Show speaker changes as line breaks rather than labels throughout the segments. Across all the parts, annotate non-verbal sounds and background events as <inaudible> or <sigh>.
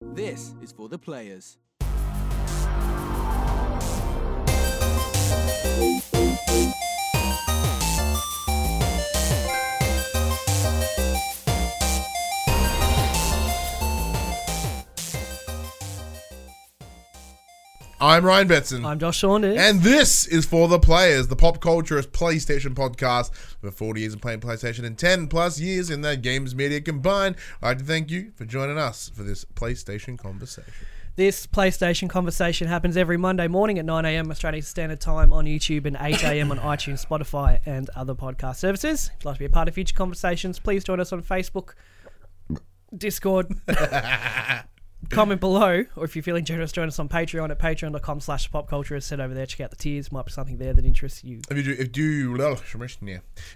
This is for the players.
I'm Ryan Betson.
I'm Josh Saunders.
and this is for the players, the pop culturist PlayStation podcast. Over 40 years of playing PlayStation and 10 plus years in the games media combined. I'd like to thank you for joining us for this PlayStation conversation.
this PlayStation conversation happens every Monday morning at 9 a.m. Australian Standard Time on YouTube and 8 a.m. on iTunes, Spotify, and other podcast services. If you'd like to be a part of future conversations, please join us on Facebook, Discord. Comment below, or if you're feeling generous, join us on Patreon at patreon.com slash popculture. As said over there, check out the tiers. Might be something there that interests you.
If you do, if you do, if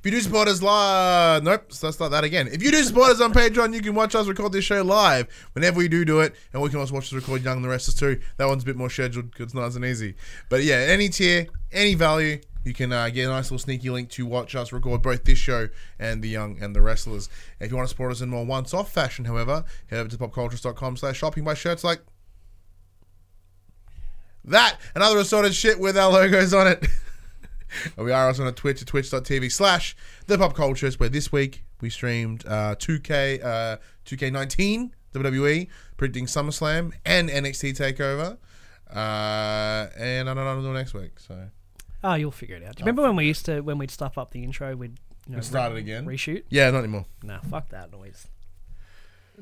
you do support us live, nope, so let's start that again. If you do support us on Patreon, you can watch us record this show live whenever we do do it, and we can also watch us record Young and the Restless too. That one's a bit more scheduled because it's not as easy. But yeah, any tier, any value, you can uh, get a nice little sneaky link to watch us record both this show and the Young and the Wrestlers. If you want to support us in more once-off fashion, however, head over to popcultures.com slash shopping by shirts like that and other assorted shit with our logos on it. <laughs> And we are also on Twitch at twitch.tv slash the pop cultures, where this week we streamed uh, 2K, uh, 2K19 WWE, E, predicting SummerSlam and NXT TakeOver. Uh, and I don't know until next week, so
Oh, you'll figure it out. Do you remember when we used to, when we'd stuff up the intro, we'd you know,
start it
re-
again.
reshoot?
Yeah, not anymore.
Nah, fuck that noise.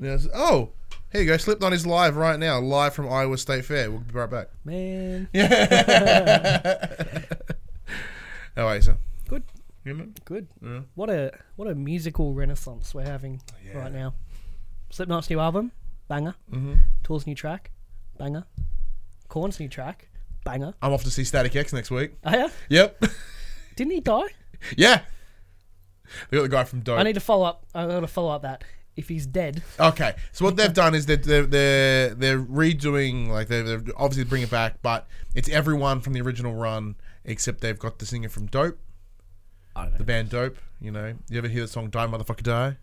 Yes. Oh, here you go. Slipknot is live right now, live from Iowa State Fair. We'll be right back.
Man.
How are you, sir?
Good.
You remember?
Good.
Mm.
What a what a musical renaissance we're having right now. Slipknot's new album, banger. Mm-hmm. Tool's new track, banger. Corn's new track, banger.
I'm off to see Static X next week.
Oh, yeah?
Yep. <laughs>
Didn't he die?
yeah. They got the guy from Dope.
I need to follow up. I got to follow up that if he's dead. <laughs>
Okay, so what they've done is they're they're they're, they're redoing like they're, they're obviously bring it back, but it's everyone from the original run except they've got the singer from Dope,
I don't
the band Dope. You know, you ever hear the song "Die Motherfucker Die"?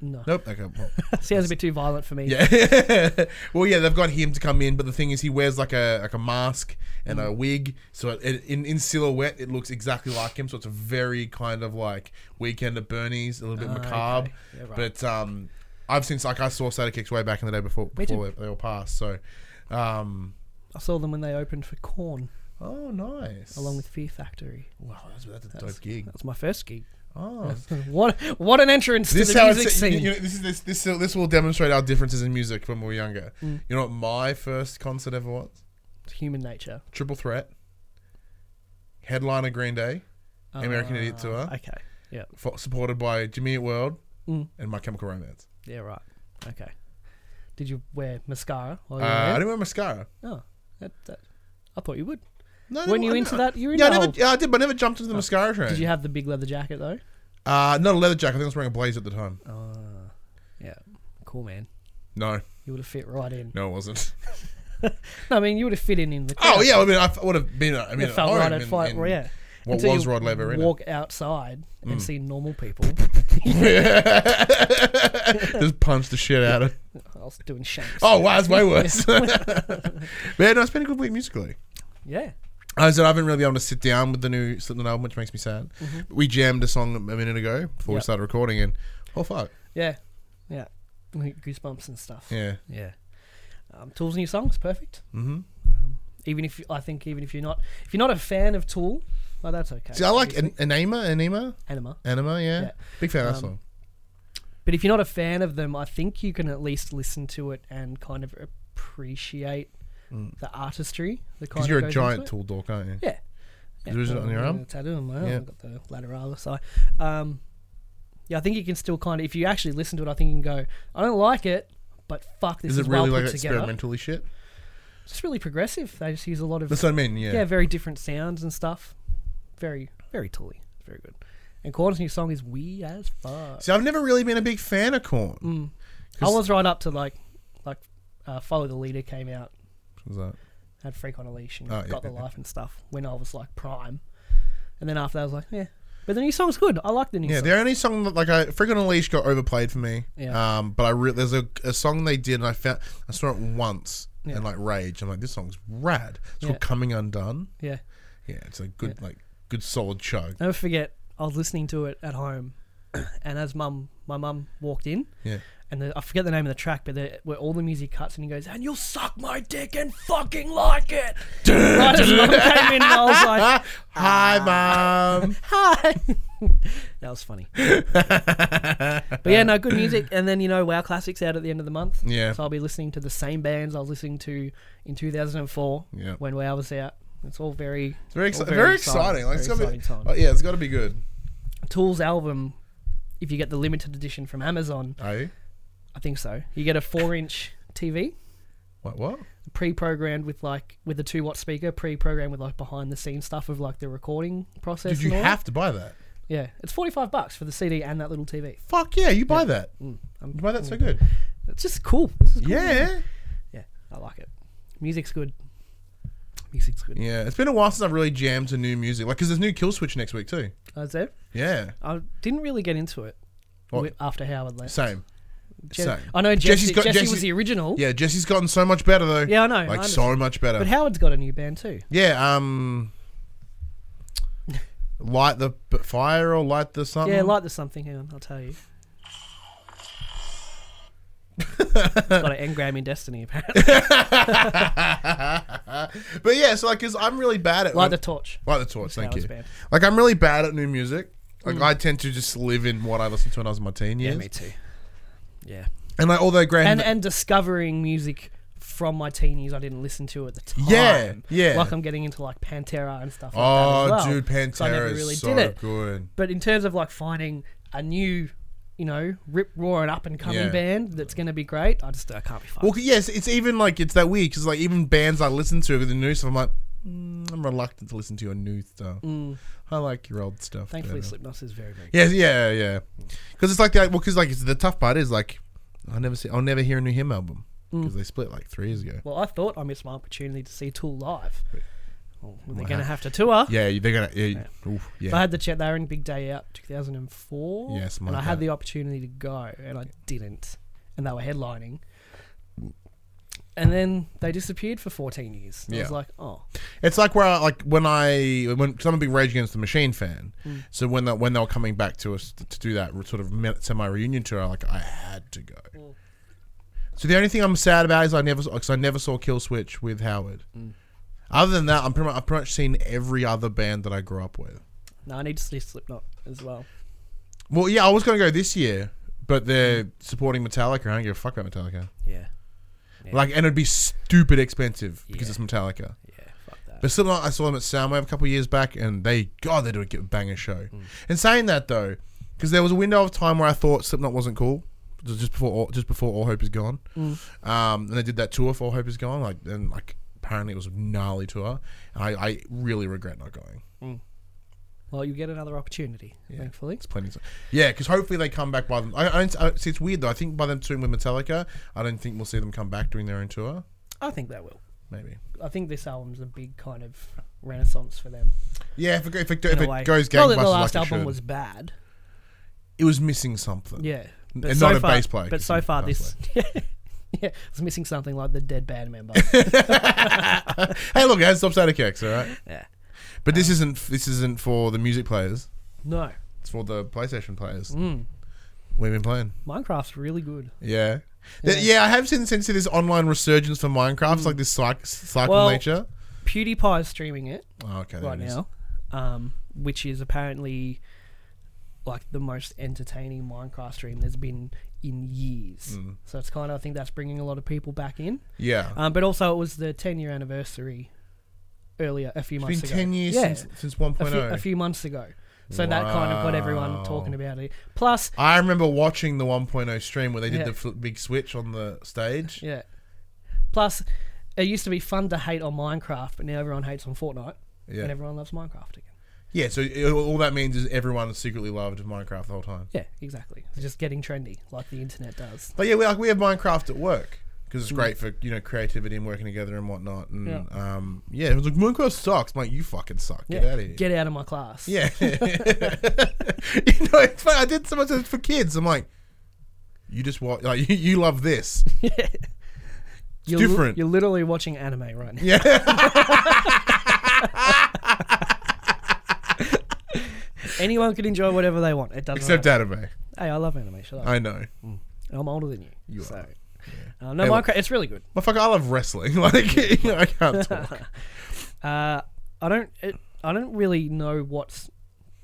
No.
Nope. Okay. Well,
Sounds a bit too violent for me.
yeah. <laughs> well, yeah, they've got him to come in, but the thing is, he wears like a like a mask and a wig, so it, it, in in silhouette it looks exactly like him. So it's a very kind of like Weekend at Bernie's, a little bit macabre.
Yeah, right.
But um, I've since like I saw Static X way back in the day before before they, they all passed. So, um,
I saw them when they opened for Corn
oh nice.
along with Fear Factory.
wow, that's, that's a dope gig.
That was my first gig.
<laughs>
<laughs>
Oh,
What what an entrance
this
to
is
the
how
music
it's, you-
scene.
you know, this is this this this will demonstrate our differences in music when we were younger. You know what my first concert ever was?
Human nature.
Triple Threat, headliner Green Day, American
Uh,
Idiot Tour,
Okay. Yeah.
fo- supported by Jimmy Eat World
Mm.
and My Chemical Romance.
Yeah, right. Okay. Did you wear mascara? While
Uh,
you were
I
there?
didn't wear mascara.
Oh, that, that, I thought you would.
No, I didn't-
Weren't you
I
into
didn't-
that? You were
yeah, I
into
never,
the
yeah, I did, but I never jumped into the mascara train.
Did you have the big leather jacket though?
uh, not a leather jacket. I think I was wearing a blazer at the time.
Oh. Yeah. Cool, man.
No,
You would have fit right in.
no, it
<laughs>
wasn't.
No, I mean you would have fit in in the. Crowd.
oh yeah, I mean, I would have been. uh, I mean,
It felt
home
right at
in-
fight.
in
well, yeah.
What
Until
was
you
Rod Laver Mm. Arena?
Walk outside and see normal people.
<laughs> Just punched the shit out
<laughs>
of.
I was doing shanks.
Oh wow, it's way worse. <laughs> but yeah, no, it's been a good week musically.
Yeah.
I said I haven't really been able to sit down with the new Slipknot album, which makes me sad.
Mm-hmm.
But we jammed a song a minute ago before we
Yep.
started recording, and oh fuck,
Yeah. Yeah. Like Goosebumps and stuff.
yeah,
Yeah. Um, Tool's new song's perfect. Mm-hmm. Um, even if you- I think even if you're not if you're not a fan of Tool, well that's okay.
See, I like an- Anima, Anima,
Anima.
Anima, yeah,
Yeah. Um,
big fan of that song.
But if you're not a fan of them, I think you can at least listen to it and kind of appreciate the artistry. The kind
Mm. Because you're
that
a
goes into
giant
it.
Tool dork, aren't you?
Yeah.
Is it on your
Well,
arm?
the Tattoo on my arm.
Yeah.
I've got the lateralis. So, um, yeah, I think you can still kind of if you actually listen to it, I think you can go, I don't like it, but fuck, this
Is
is,
it really
well
like
put together.
experimentally shit?
It's just really progressive. They just use a lot of
That's what I mean. Yeah.
yeah, very different sounds and stuff. Very, very tooly. It's very good. And Corn's new song is wee as fuck.
See, I've never really been a big fan of Corn.
Mm. I was right up to like, like, uh, follow the leader came out,
Was that?
had freak on a leash and
Oh, yeah,
got the
yeah, yeah.
life and stuff when I was like prime, and then after that I was like, yeah, But the new song's good. I like the new
Yeah,
song.
the only song that like I freaking Unleashed got overplayed for me.
Yeah.
Um, but I re- there's a, a song they did and I found I saw it once
Yeah.
and like rage. I'm like this song's rad. It's
Yeah.
called Coming Undone.
Yeah.
Yeah, it's a good like good solid chug.
Never forget, I was listening to it at home, <coughs> and as mum, my mum walked in,
Yeah.
and the, I forget the name of the track, but the, where all the music cuts, and he goes, "And you'll suck my dick and fucking
<laughs>
like it." right as mum came in, and I Ah. was like,
Ah, hi,
<laughs>
mom.
"Hi." that
<laughs>
was funny. but yeah, no, good music. And then you know, Wow Classics out at the end of the month.
Yeah.
So I'll be listening to the same bands I was listening to in 2004
Yeah.
when Wow was out. It's all very,
It's very,
all
exci- very exciting. Like, it's
very
gotta be,
exciting time.
oh, yeah, it's got to be good.
Tool's album, if you get the limited edition from Amazon,
Are you?
I think so. You get a four-inch TV,
What? What?
pre-programmed with like with a two-watt speaker, pre-programmed with like behind-the-scenes stuff of like the recording process.
Did you
and all.
have to buy that?
Yeah, it's forty-five bucks for the CD and that little TV.
Fuck yeah, you buy that.
Mm, I'm-
You buy that so good.
It's just cool. This is cool.
Yeah.
yeah, I like it. Music's good. Music's good.
Yeah, it's been a while since I've really jammed to new music. Like, because there's new Kill Switch next week too.
I was there.
Yeah.
I didn't really get into it
What?
wi- after Howard left.
Same.
Je-
same.
I know
Jesse's
Jesse,
got-
Jesse
Jesse-
was the original,
Yeah, Jesse's gotten so much better though.
Yeah, I know, I
Like
understand.
so much better.
but Howard's got a new band too.
yeah.
<laughs>
Um. Light the b- fire or light the something.
Yeah, like there's something. Hang on, I'll
<laughs>
tell you. got an engram in Destiny, apparently.
<laughs> But yeah, so like, cause I'm really bad at
Light the torch.
Light the torch. Thank
Howard's
you.
band.
Like I'm really bad at new music. Like I tend to just live in what I listened to when I was in my teen years.
Hmm. too. Yeah.
And like although Graham,
And and discovering music from my teenies I didn't listen to at the time.
Yeah, yeah.
Like I'm getting into like Pantera and stuff like
oh
that. as well,
dude,
'cause I never
Pantera
really
is so
did it.
good.
But in terms of like finding a new, you know, rip roar and up and coming
Yeah.
band that's going to be great, I just I can't be fucked.
Well, yes, it's even like it's that weird because like even bands I listen to with the new stuff, I'm like, mm, I'm reluctant to listen to your new stuff. I like your old stuff.
Hmm. Thankfully,
better.
Slipknot is very very. good.
Yeah, yeah, yeah. Because it's like the well, because like it's the tough part is like I never see I'll never hear a new him album
Hmm.
because they split like three years ago.
Well, I thought I missed my opportunity to see Tool live. Well, they're going to have to tour.
Yeah, you- they're gonna yeah, oof,
I
yeah.
had the chat. They were in Big Day Out 2004.
Yeah, something
and I
like
had
that.
the opportunity to go, and I didn't. And they were headlining. And then they disappeared for 14 years. I
Yeah.
was like, oh,
It's like where I, like when I when cause I'm a big Rage Against the Machine fan,
Mm.
so when the, when they were coming back to us to, to do that sort of min- semi reunion tour, like I had to go.
Mm.
So the only thing I'm sad about is I never because I never saw Kill Switch with Howard.
Mm.
Other than that, I'm pretty much, I've pretty much seen every other band that I grew up with.
no, I need to see Slipknot as well.
Well, yeah, I was going to go this year, but
Mm.
they're supporting Metallica. and I don't give a fuck about Metallica.
Yeah,
Like, and it'd be stupid expensive because it's Metallica.
yeah, fuck that.
But Slipknot, I saw them at Soundwave a couple of years back, and they, God, they do a banger show. And saying that though, because there was a window of time where I thought Slipknot wasn't cool, just before, all, just before All Hope Is Gone,
Mm.
um, and they did that tour for All Hope Is Gone, like, and like apparently it was a gnarly tour. And I, I really regret not going.
Well, you get another opportunity, thankfully.
It's plenty. Of, yeah, because hopefully they come back by them. I, I, don't- I see. It's weird though. I think by them touring with Metallica, I don't think we'll see them come back doing their own tour.
I think they will.
Maybe.
I think this album's a big kind of renaissance for them.
Yeah, if it, go- if it,
In
if
a way.
it goes
Not
gangbusters,
that the last
like
album
it,
was
was
bad.
it was missing something.
Yeah,
And not a bass player,
But
just
so
a
far,
bass
this <laughs> yeah, it's missing something like the dead band member.
<laughs> Hey, look, it has Stop Static X, all right.
yeah,
But this isn't this isn't for the music players.
no,
It's for the PlayStation players.
Hmm.
We've been playing.
Minecraft's really good.
Yeah. Th- Yeah, I have seen since this online resurgence for Minecraft, like this cycle, cycle
Hmm. Well-
nature.
PewDiePie is streaming it
Oh, okay, there
right
it is.
now, um, which is apparently like the most entertaining Minecraft stream there's been in years.
Mm.
So it's kind of I think that's bringing a lot of people back in.
Yeah,
Um, but also it was the 10 year anniversary earlier a few months
it's been
ago.
ten years
Yeah,
since since one oh.
a few, a few months ago. So that kind of got everyone talking about it. Plus,
I remember watching the 1.0 stream where they did
Yeah.
the fl- big switch on the stage.
Yeah. Plus, it used to be fun to hate on Minecraft, but now everyone hates on Fortnite,
Yeah.
and everyone loves Minecraft again.
Yeah, so it, all that means is everyone secretly loved Minecraft the whole time.
Yeah, exactly. It's just getting trendy, like the internet does.
But yeah, we like we have Minecraft at work because it's great for you know creativity and working together and whatnot. And
Mm. Yeah.
yeah, um, yeah it was like Minecraft sucks. I'm like you fucking suck. Get out of here.
Get out of my class.
yeah, <laughs> you know, it's funny. I did so much of it for kids. I'm like, you just watch. Like <laughs> you, you love
<laughs>
this.
you're
different.
you're literally watching anime right now.
Yeah,
<laughs> Anyone can enjoy whatever they want. It doesn't
except
matter.
anime.
Hey, I love anime. Shut up.
I know.
I'm older than you.
You
so.
are.
Uh, no,
Hey, look.
Minecraft. It's really good.
Motherfucker, I love wrestling. <laughs> Like, you know, I
<laughs>
can't talk.
Uh, I don't. It, I don't really know what's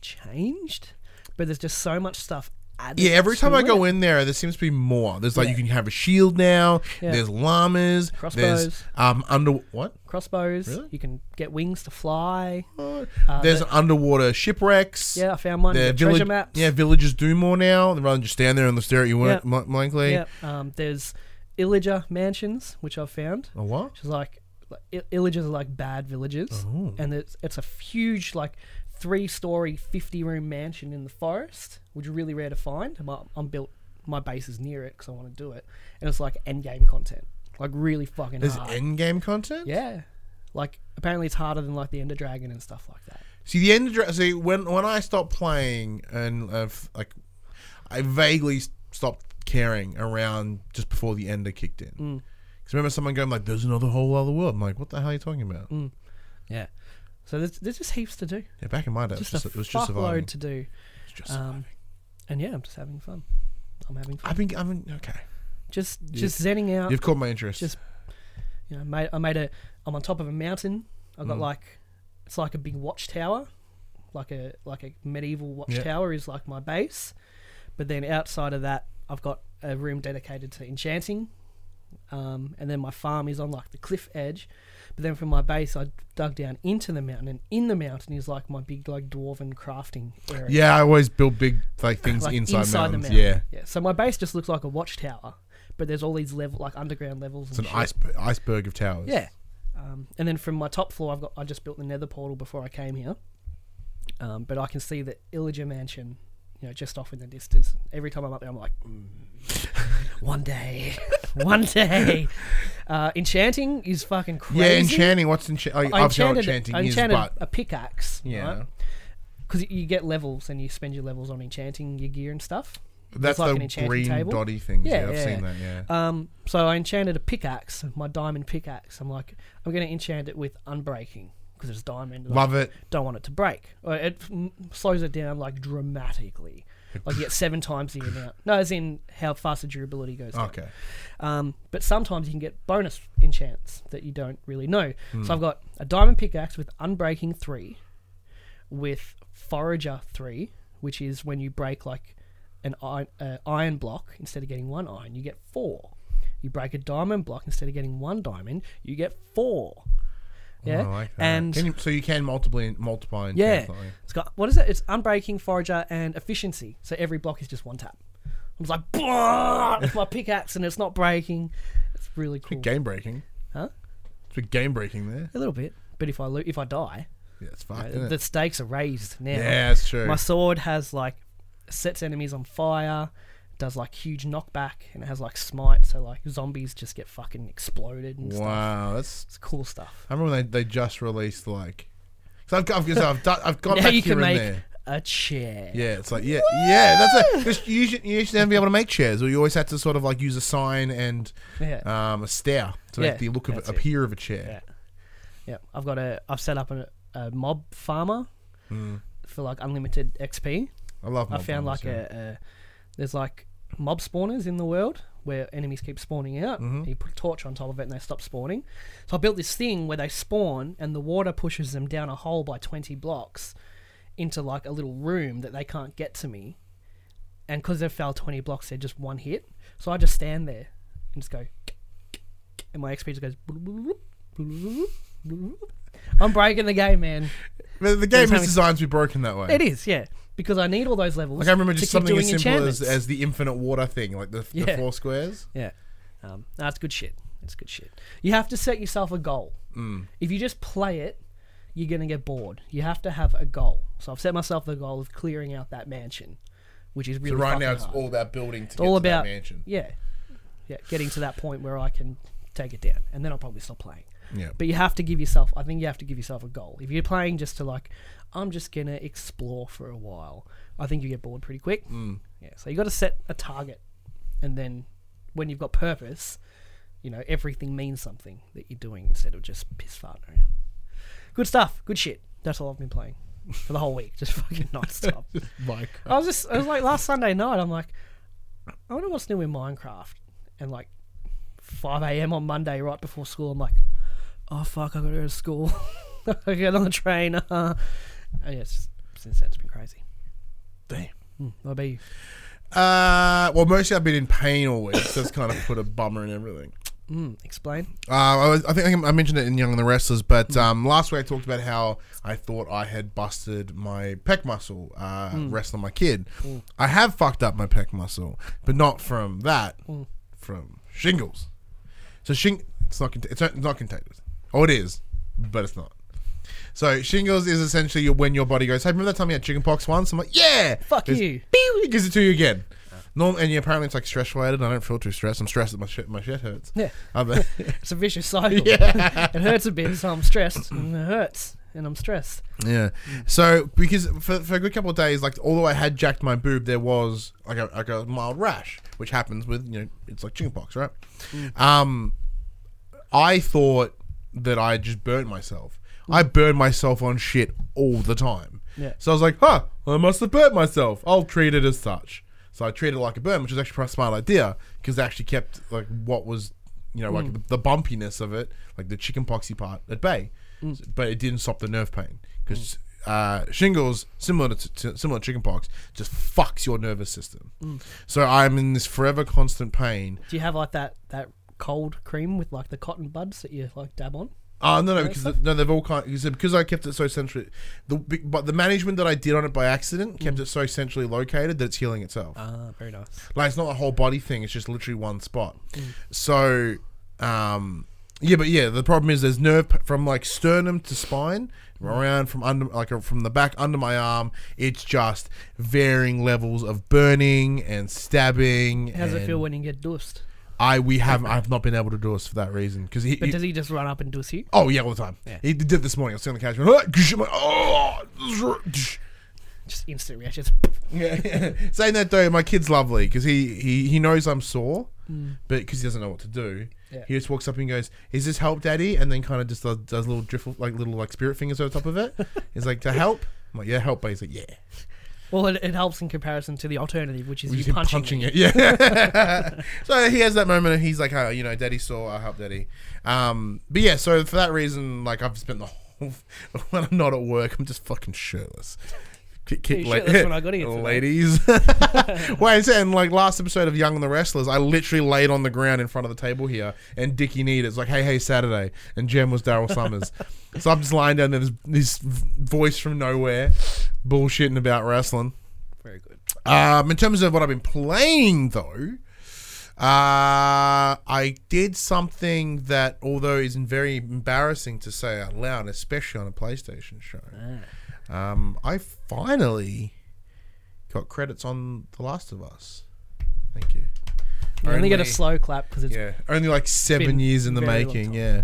changed, but there's just so much stuff. Added
Yeah, every time
to
I go
it.
in there, there seems to be more. There's like
Yeah.
you can have a shield now.
Yeah.
There's llamas.
Crossbows.
There's um under what?
crossbows,
Really?
you can get wings to fly.
there's underwater shipwrecks.
Uh, Yeah, I found mine.
Their
The treasure
village-
maps.
Yeah, villagers do more now rather than just stand there and the stare at you
Yeah.
bl- blankly.
Yeah, um, there's Illager mansions, which I've found,
A what?
which is like, like I- Illagers are like bad villages,
Oh.
and it's it's a huge like three-story, fifty-room mansion in the forest, which is really rare to find. My, I'm built, my base is near it because I want to do it, and it's like endgame content, like really fucking
There's
hard.
end game content.
yeah, like apparently it's harder than like the Ender Dragon and stuff like that.
See the end. dra- See when when I stopped playing and uh, f- like, I vaguely s- stopped caring around just before the ender kicked in.
Mm.
Because remember someone going like, "There's another whole other world." I'm like, "What the hell are you talking about?"
Mm. Yeah, so there's there's just heaps to do.
Yeah, back in my day, it
Just,
was just,
a
it was just surviving.
fuckload to do.
It's just
Um,
surviving.
and yeah, I'm just having fun. I'm having fun.
I've been, I've been okay.
just just zenning out.
You've caught my interest.
Uh. Just- You know, made, I made a. I'm on top of a mountain. I've
Mm.
got like, it's like a big watchtower, like a like a medieval watchtower is like my base, but then outside of that, I've got a room dedicated to enchanting, um, and then my farm is on like the cliff edge, but then from my base, I dug down into the mountain, and in the mountain is like my big like dwarven crafting area.
yeah, I always build big like things
like
inside, mountains.
the
Yeah,
mountain. Yeah. So my base just looks like a watchtower, but there's all these level like underground levels.
it's
and
an
shit.
iceberg, iceberg of towers.
Yeah. Um, and then from my top floor, I've got I just built the Nether portal before I came here, um, but I can see the Illager mansion, you know, just off in the distance. Every time I'm up there, I'm like, mm, one day, <laughs> one day. Uh, enchanting is fucking crazy.
yeah, enchanting. What's enchanting? Like,
I
obviously, I know what
enchanted,
enchanting
I
is,
enchanted uh,
but
a pickaxe.
yeah,
Yeah. Because you get levels and you spend your levels on enchanting your gear and stuff.
that's
like an
the
enchanting
green
table.
dotty things. Yeah,
Yeah,
I've
yeah.
seen that. Yeah.
Um, so I enchanted a pickaxe, my diamond pickaxe. I'm like, I'm going to enchant it with unbreaking because it's diamond. and I
Love it.
Don't want it to break. Uh, It mm, slows it down
<laughs>
like dramatically. Like you get seven times the amount. No, as in how fast the durability goes. down.
Okay.
Um, but sometimes you can get bonus enchants that you don't really know.
Hmm.
So I've got a diamond pickaxe with unbreaking three, with forager three, which is when you break like an iron, uh, iron block instead of getting one iron, you get four. You break a diamond block instead of getting one diamond, you get four. Yeah,
Oh, I like that.
and
Can you- so you can multiply multiply and
yeah,
translate.
it's got what is it? It's unbreaking, forager, and efficiency. So every block is just one tap. I was like, "Bwah!" it's my pickaxe and it's not breaking. It's really cool.
game breaking.
Huh?
It's a game breaking there.
A little bit, but if I lo- if I die,
Yeah, it's fucked.
the stakes are raised now.
yeah, that's true.
My sword has like sets enemies on fire, does like huge knockback, and it has like smite, so like zombies just get fucking exploded and stuff.
wow, that's.
It's cool stuff.
I remember when they, they just released like. So I've got, I've, got- I've, done, I've gone
now
back
you
here
can
and
make
there.
a chair.
Yeah, it's like yeah, yeah. That's it. Just you should you should never be able to make chairs, or you always had to sort of like use a sign and
Yeah.
um, a stair to
Yeah,
make the look of
that's it.
appear of a chair.
Yeah, I've got a. I've set up a, a mob farmer for like unlimited XP.
I love.
I
mob
found
bundles,
like
yeah.
a, a there's like mob spawners in the world where enemies keep spawning out.
Mm-hmm.
You put a torch on top of it and they stop spawning. So I built this thing where they spawn and the water pushes them down a hole by 20 blocks into like a little room that they can't get to me. And because they fell 20 blocks, they're just one hit. So I just stand there and just go, and my XP just goes. I'm breaking the game, man.
<laughs> But the game is
having-
designed to be broken that way.
It is, yeah, because I need all those levels.
Like I remember
to
just
keep
something
doing
as simple as,
enchantments.
as the infinite water thing, like the, the
Yeah.
four squares.
Yeah. Um, that's good shit. That's good shit. You have to set yourself a goal. Mm. If you just play it, you're going to get bored. You have to have a goal. So I've set myself the goal of clearing out that mansion, which is really
So right now
fucking
it's
hard.
all about building to
It's all
get to that
about
mansion.
Yeah. yeah, getting to that point where I can take it down, and then I'll probably stop playing.
Yeah.
But you have to give yourself. I think you have to give yourself a goal. If you're playing just to like, I'm just gonna explore for a while. I think you get bored pretty quick. Mm. Yeah. So you got to set a target, and then when you've got purpose, you know everything means something that you're doing instead of just piss farting around. Good stuff. Good shit. That's all I've been playing for the whole week. Just fucking
<laughs>
nonstop.
Mike.
I was just, I was like last Sunday night. I'm like, I wonder what's new in Minecraft. And like, 5 a.m. on Monday, right before school, I'm like, oh fuck, I gotta go to school. <laughs> I get on the train. Uh, and yeah, it's just, since then it's been crazy.
Damn.
Mm, what about you?
Uh, well, mostly I've been in pain all week, so it's kind of put a bummer in everything.
Mm, explain.
<laughs> Uh, I, was, I think I mentioned it in Young and the Wrestlers, but
Mm.
um, last week I talked about how I thought I had busted my pec muscle uh,
Mm.
wrestling my kid. I have fucked up my pec muscle, but not from that,
Mm.
from shingles. So shing, it's not cont- it's not- not contagious. Oh, it is, but it's not. So shingles is essentially when your body goes, "Hey, remember that time you had chickenpox once?" I'm like, "Yeah,
Fuck
It's-
you.
Pew, it gives it to you again. Norm, and yeah, apparently it's like stress related. I don't feel too stressed. I'm stressed that my shit, my shit hurts.
Yeah. <laughs>
Other-
It's a vicious cycle.
Yeah.
<laughs> it hurts a bit, so
<clears throat>
I'm stressed. And it hurts, and I'm stressed.
Yeah. So because for, for a good couple of days, like although I had jacked my boob, there was like a, like a mild rash, which happens with you know it's like chickenpox, right? Um, I thought that I just burnt myself. I burn myself on shit all the time.
Yeah.
So I was like, huh, I must have burnt myself. I'll treat it as such. So I treated it like a burn, which is actually quite a smart idea because it actually kept like what was, you know, like the, the bumpiness of it, like the chickenpoxy part at bay. S- But it didn't stop the nerve pain because uh, shingles, similar to, to similar to chickenpox, just fucks your nervous system. So I'm in this forever constant pain
Do you have like that that cold cream with like the cotton buds that you like dab on?
Uh, no, no, because the, no, they've all kind because, because I kept it so centrally. The but the management that I did on it by accident kept it so centrally located that it's healing itself.
Mm. Ah, very nice.
Like it's not a whole body thing; it's just literally one spot.
Mm.
So, um, yeah, but yeah, the problem is there's nerve p- from like sternum to spine,
Mm.
around from under like uh, from the back under my arm. It's just varying levels of burning and stabbing.
How does it feel
and
when you get dosed?
I we have I've not been able to do this for that reason because he,
But
he-
does he just run up and dose you?
Oh yeah, all the time.
Yeah.
He did this morning. I was sitting on the couch going, "Ah, gsh," I'm like, oh, <laughs> gsh."
Just instant reactions.
yeah. Saying that though, my kid's lovely because he, he he knows I'm sore, but because he doesn't know what to do,
Mm. Yeah.
he just walks up and goes, "Is this help, Daddy?" And then kind of just does, does little driffle, like little like spirit fingers over top of
<laughs>
it. He's like, "To help." I'm like, "Yeah, help," but he's like, "Yeah."
Well, it, it helps in comparison to the alternative, which is
He's
you
him
punching,
punching
me.
it.
<laughs>
Yeah. <laughs> so he has that moment and he's like, oh, you know, daddy saw, I help daddy. Um, but yeah, so for that reason, like I've spent the whole, <laughs> when I'm not at work, I'm just fucking shirtless. Kick, kick,
You shirtless when
<laughs>
I got here today. <laughs>
ladies. Wait, and like last episode of Young and the Wrestlers, I literally laid on the ground in front of the table here, and Dickie Need is like, "Hey, hey, Saturday," and Jem was
<laughs>
Daryl Summers. so I'm just lying down there, this, this voice from nowhere, bullshitting about wrestling.
Very good.
Um, in terms of what I've been playing, though, uh, I did something that, although is very embarrassing to say out loud, especially on a PlayStation show,
Ah.
um, I finally got credits on The Last of Us. Thank you.
You only get a
Only-
slow clap because it's
Yeah, only like seven
been
years in the
very long
making.
time.
Yeah,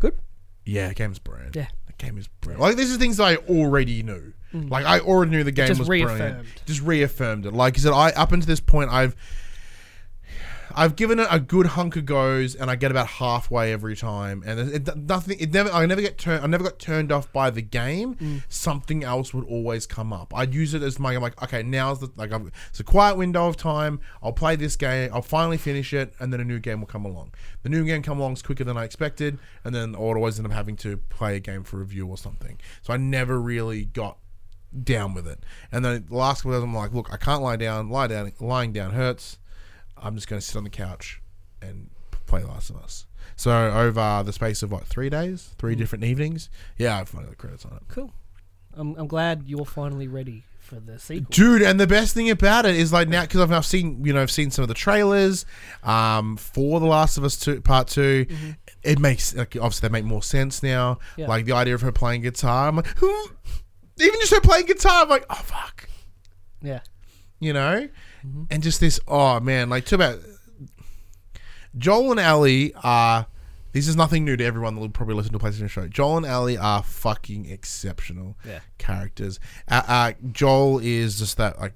good.
yeah, the game's brand.
Yeah.
the game is brand. Like these are things I already knew. Like I already knew the game
Mm. just
was brilliant.
reaffirmed.
Just reaffirmed it. Like I said, I up until this point, I've I've given it a good hunk of goes, and I get about halfway every time. And it, it, nothing, it never, I never get turned, I never got turned off by the game. Something else would always come up. I'd use it as my, I'm like, okay, now's the like, I've, it's a quiet window of time. I'll play this game. I'll finally finish it, and then a new game will come along. The new game come along is quicker than I expected, and then I would always end up having to play a game for review or something. So I never really got down with it. And then the last couple of days, I'm like, look, I can't lie down. Lie down, lying down hurts. I'm just going to sit on the couch and p- play Last of Us. So over the space of what three days, three different evenings, yeah, I finally got credits on it.
Cool. I'm, I'm glad you're finally ready for the sequel.
Dude, and the best thing about it is like now because I've now seen you know I've seen some of the trailers um, for The Last of Us two, Part 2 It makes like obviously they make more sense now.
Yeah.
Like the idea of her playing guitar, I'm like, "Hmm." even just her playing guitar, I'm like, oh fuck,
Yeah. Mm-hmm.
you know, and just this oh man, like talk about Joel and Ali are. This is nothing new to everyone that will probably listen to a PlayStation show. Joel and Ali are fucking exceptional
Yeah.
characters. Uh, uh, Joel is just that like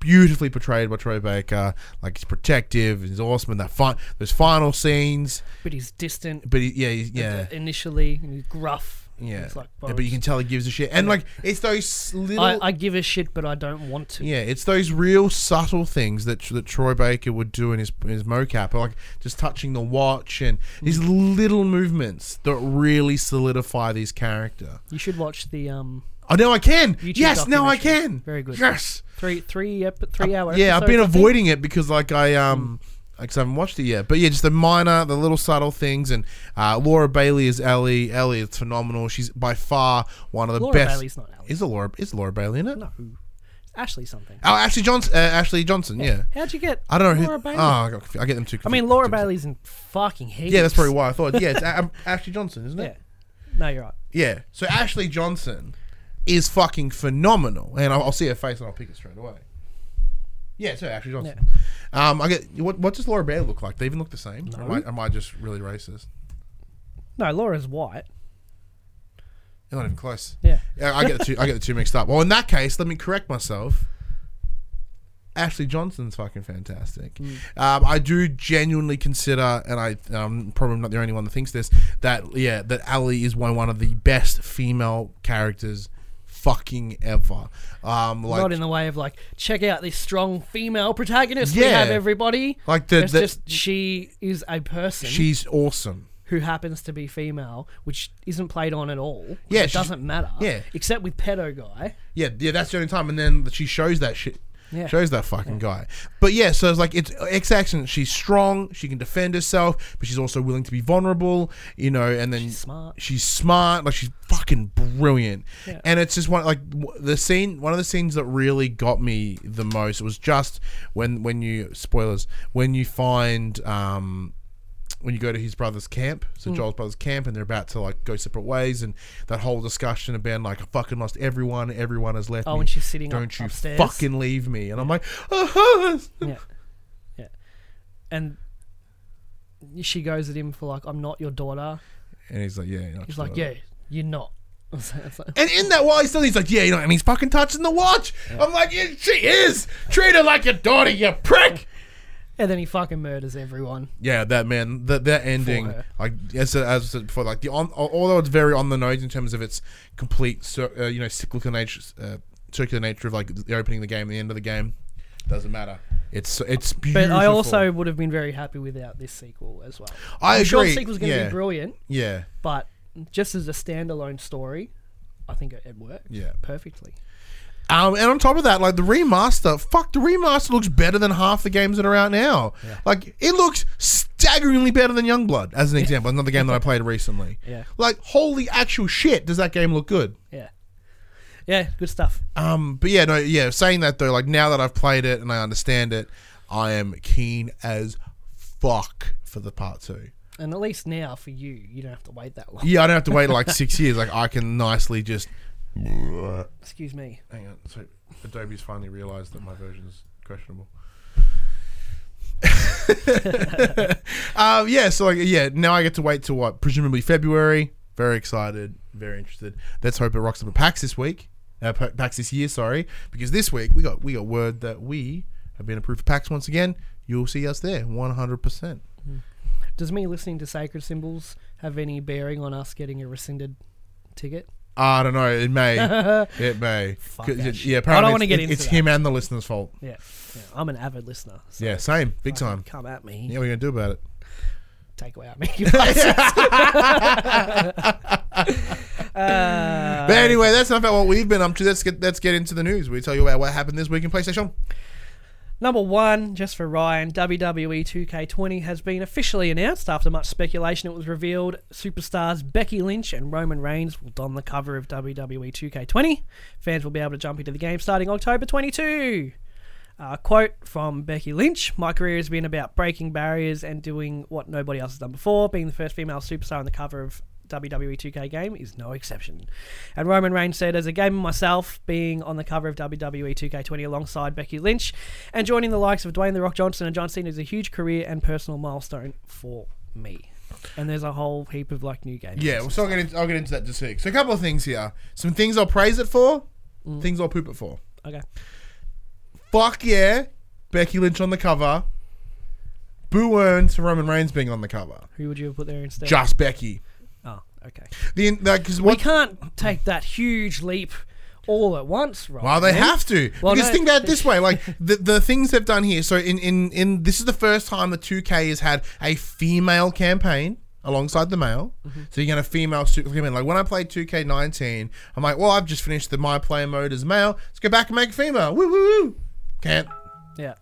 beautifully portrayed by Troy Baker. Like he's protective, he's awesome, and that fun. Those final scenes,
But he's distant.
but he, yeah, he's- yeah,
Initially, and he's gruff.
yeah.
It's like,
Yeah, but you can tell he gives a shit, and like it's those little.
I, I give a shit, but I don't want to.
Yeah, it's those real subtle things that that Troy Baker would do in his in his mocap, like just touching the watch and these
Mm.
little movements that really solidify these character.
You should watch the um
Oh, now I can.
YouTube
yes, now I
documentary.
can.
Very good.
Yes.
three three ep- three hour.
Uh, yeah, I've been
episodes, I think.
avoiding it because like I um.
Mm.
Because I haven't watched it yet, but yeah, just the minor, the little subtle things, and uh, Laura Bailey is Ellie. Ellie is phenomenal. She's by far one of the
Laura
best.
Bailey's not Ali.
Is it Laura? Is Laura Bailey in it?
No, it's Ashley something.
Oh, Ashley Johnson. Uh, Ashley Johnson.
Eh,
yeah.
How'd you get?
I don't know.
Laura
who,
Bailey.
Oh, I, got confused. I get them too.
I mean,
confused.
Laura Bailey's in fucking heaps.
Yeah, that's probably why I thought. Yeah,
<laughs>
it's A- Ashley Johnson, isn't
Yeah.
it?
No, you're right.
Yeah. So Ashley Johnson is fucking phenomenal, and I'll, I'll see her face and I'll pick it straight away. Yeah, so Ashley Johnson. Um, I get what, what does Laura Bailey look like? They even look the same. Or am, I, am I just really racist?
No, Laura's white.
They're not even close.
Yeah.
Yeah, I get the two. I get the two mixed up. Well, in that case, let me correct myself. Ashley Johnson's fucking fantastic.
Hmm.
Um, I do genuinely consider, and I um, probably not the only one that thinks this. That yeah, that Ali is one one of the best female characters, fucking ever. Um, like
not in the way of like, check out this strong female protagonist we
Yeah.
have, everybody.
Like the-
it's
the-
just she is a person
she's awesome.
who happens to be female, which isn't played on at all.
Yeah,
it
she's-
doesn't matter.
yeah.
except with pedo guy.
Yeah, yeah, that's the only time. And then she shows that shit.
Yeah.
Shows that fucking guy. But yeah, so it's like it's X action. She's strong. She can defend herself, but she's also willing to be vulnerable. You know, and then
She's smart.
She's smart. Like she's fucking brilliant.
Yeah.
And it's just one like w- the scene. One of the scenes that really got me the most was just when when you spoilers when you find um when you go to his brother's camp, so
Hmm.
Joel's brother's camp, and they're about to like go separate ways, and that whole discussion about like I fucking lost everyone, everyone has left
Oh,
me.
and she's sitting up-
Don't you
upstairs.
fucking leave me? And I'm like, oh,
Yeah, yeah, and she goes at him for like, "I'm not your daughter."
and he's like, yeah, you're not
He's
your
like,
daughter."
"Yeah, you're not." <laughs> It's like-
And in that while he's still, he's like, yeah, you know, and he's fucking touching the watch. I'm like, yeah, she is treat her like your daughter, you prick.
and then he fucking murders everyone.
Yeah, that man, that that ending,
her.
like as I- as I said before, like the on, although it's very on the nose in terms of its complete, cir- uh, you know, cyclical nature, uh, circular nature of like the opening of the game, and the end of the game, doesn't matter. It's it's
But
beautiful.
I also would have been very happy without this sequel as well.
I
I'm
agree.
sure the sequel's going to
yeah,
be brilliant,
yeah,
but just as a standalone story, I think it, it worked
yeah.
perfectly.
Um, and on top of that, like the remaster, fuck, the remaster looks better than half the games that are out now. Like it looks staggeringly better than Youngblood, as an example, another game
<laughs>
that I played recently.
Yeah.
Like holy actual shit, does that game look good?
Yeah. Yeah, good stuff.
Um, but yeah, no, yeah. Saying that though, like now that I've played it and I understand it, I am keen as fuck for the part two.
And at least now for you, you don't have to wait that long.
Yeah, I don't have to wait like six years. Like I can nicely just. Hang
Excuse me.
on. So Adobe's finally realised that my version's
<laughs>
questionable. um, yeah. So like, yeah. Now I get to wait till what? Presumably February. Very excited. Very interested. Let's hope it rocks up at PAX this week. Uh, Pa- PAX this year, sorry, because this week we got we got word that we have been approved for PAX once again. You'll see us there, one hundred percent.
Does me listening to Sacred Symbols have any bearing on us getting a rescinded ticket?
I don't know. It
<laughs>
may. it may.
Fuck
'Cause
that
it-
shit.
yeah.
I don't
Apparently,
wanna
it's-
get
it-
into
It's
that.
him and the listener's fault.
Yeah. yeah. I'm an avid listener. So
Yeah, same, big time.
Come at me.
Yeah, what are you gonna do about it?
Take away our <laughs> media passes. Uh,
But anyway, that's enough about what we've been up to. Let's get let's get into the news. We tell you about what happened this week in PlayStation.
Number one, just for Ryan, E WWE 2K20 has been officially announced after much speculation. It was revealed superstars Becky Lynch and Roman Reigns will don the cover of E WWE 2K20. Fans will be able to jump into the game starting October 22. Uh, quote from Becky Lynch My career has been about breaking barriers and doing what nobody else has done before, being the first female superstar on the cover of WWE 2K E game is no exception. And Roman Reigns said, as a gamer myself, being on the cover of E WWE 2K20 alongside Becky Lynch and joining the likes of Dwayne The Rock Johnson and John Cena is a huge career and personal milestone for me. And there's a whole heap of like new games.
Yeah, well, so I'll get, into, I'll get into that just soon. So a couple of things here. Some things I'll praise it for, things I'll poop it for.
Okay.
Fuck yeah, Becky Lynch on the cover. Boo earned to Roman Reigns being on the cover.
Who would you have put there instead?
Just Becky.
oh, okay.
The because
We
what?
can't take that huge leap all at once, right?
Well, they have to.
Well,
because
no,
think about it
they-
this way: like the, the things they've done here. So in in in this is the first time that 2K has had a female campaign alongside the male.
Mm-hmm.
So you're gonna female super women. Like when I played 2K19, I'm like, well, I've just finished the my player mode as male. Let's go back and make female. Woo woo woo. Can't.
Yeah.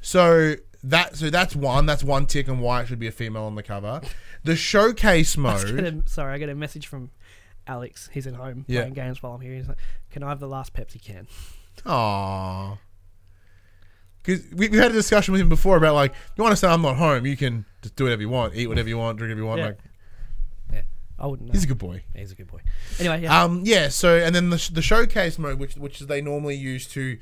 So that so that's one. That's one tick on why it should be a female on the cover. The
<laughs>
showcase
Get
mode.
a- sorry, I get a message from Alex. He's at home
Yeah.
playing games while I'm here. He's like, "Can I have the last Pepsi can?"
Aww. Because we, we had a discussion with him before about like, you want to say I'm not home, you can just do whatever you want, eat whatever you want, drink whatever you want.
Yeah.
Like,
Yeah, I wouldn't. Know.
he's a good boy.
He's a good boy. Anyway, yeah.
Um, yeah. So and then the, sh- the showcase mode, which which is they normally use to,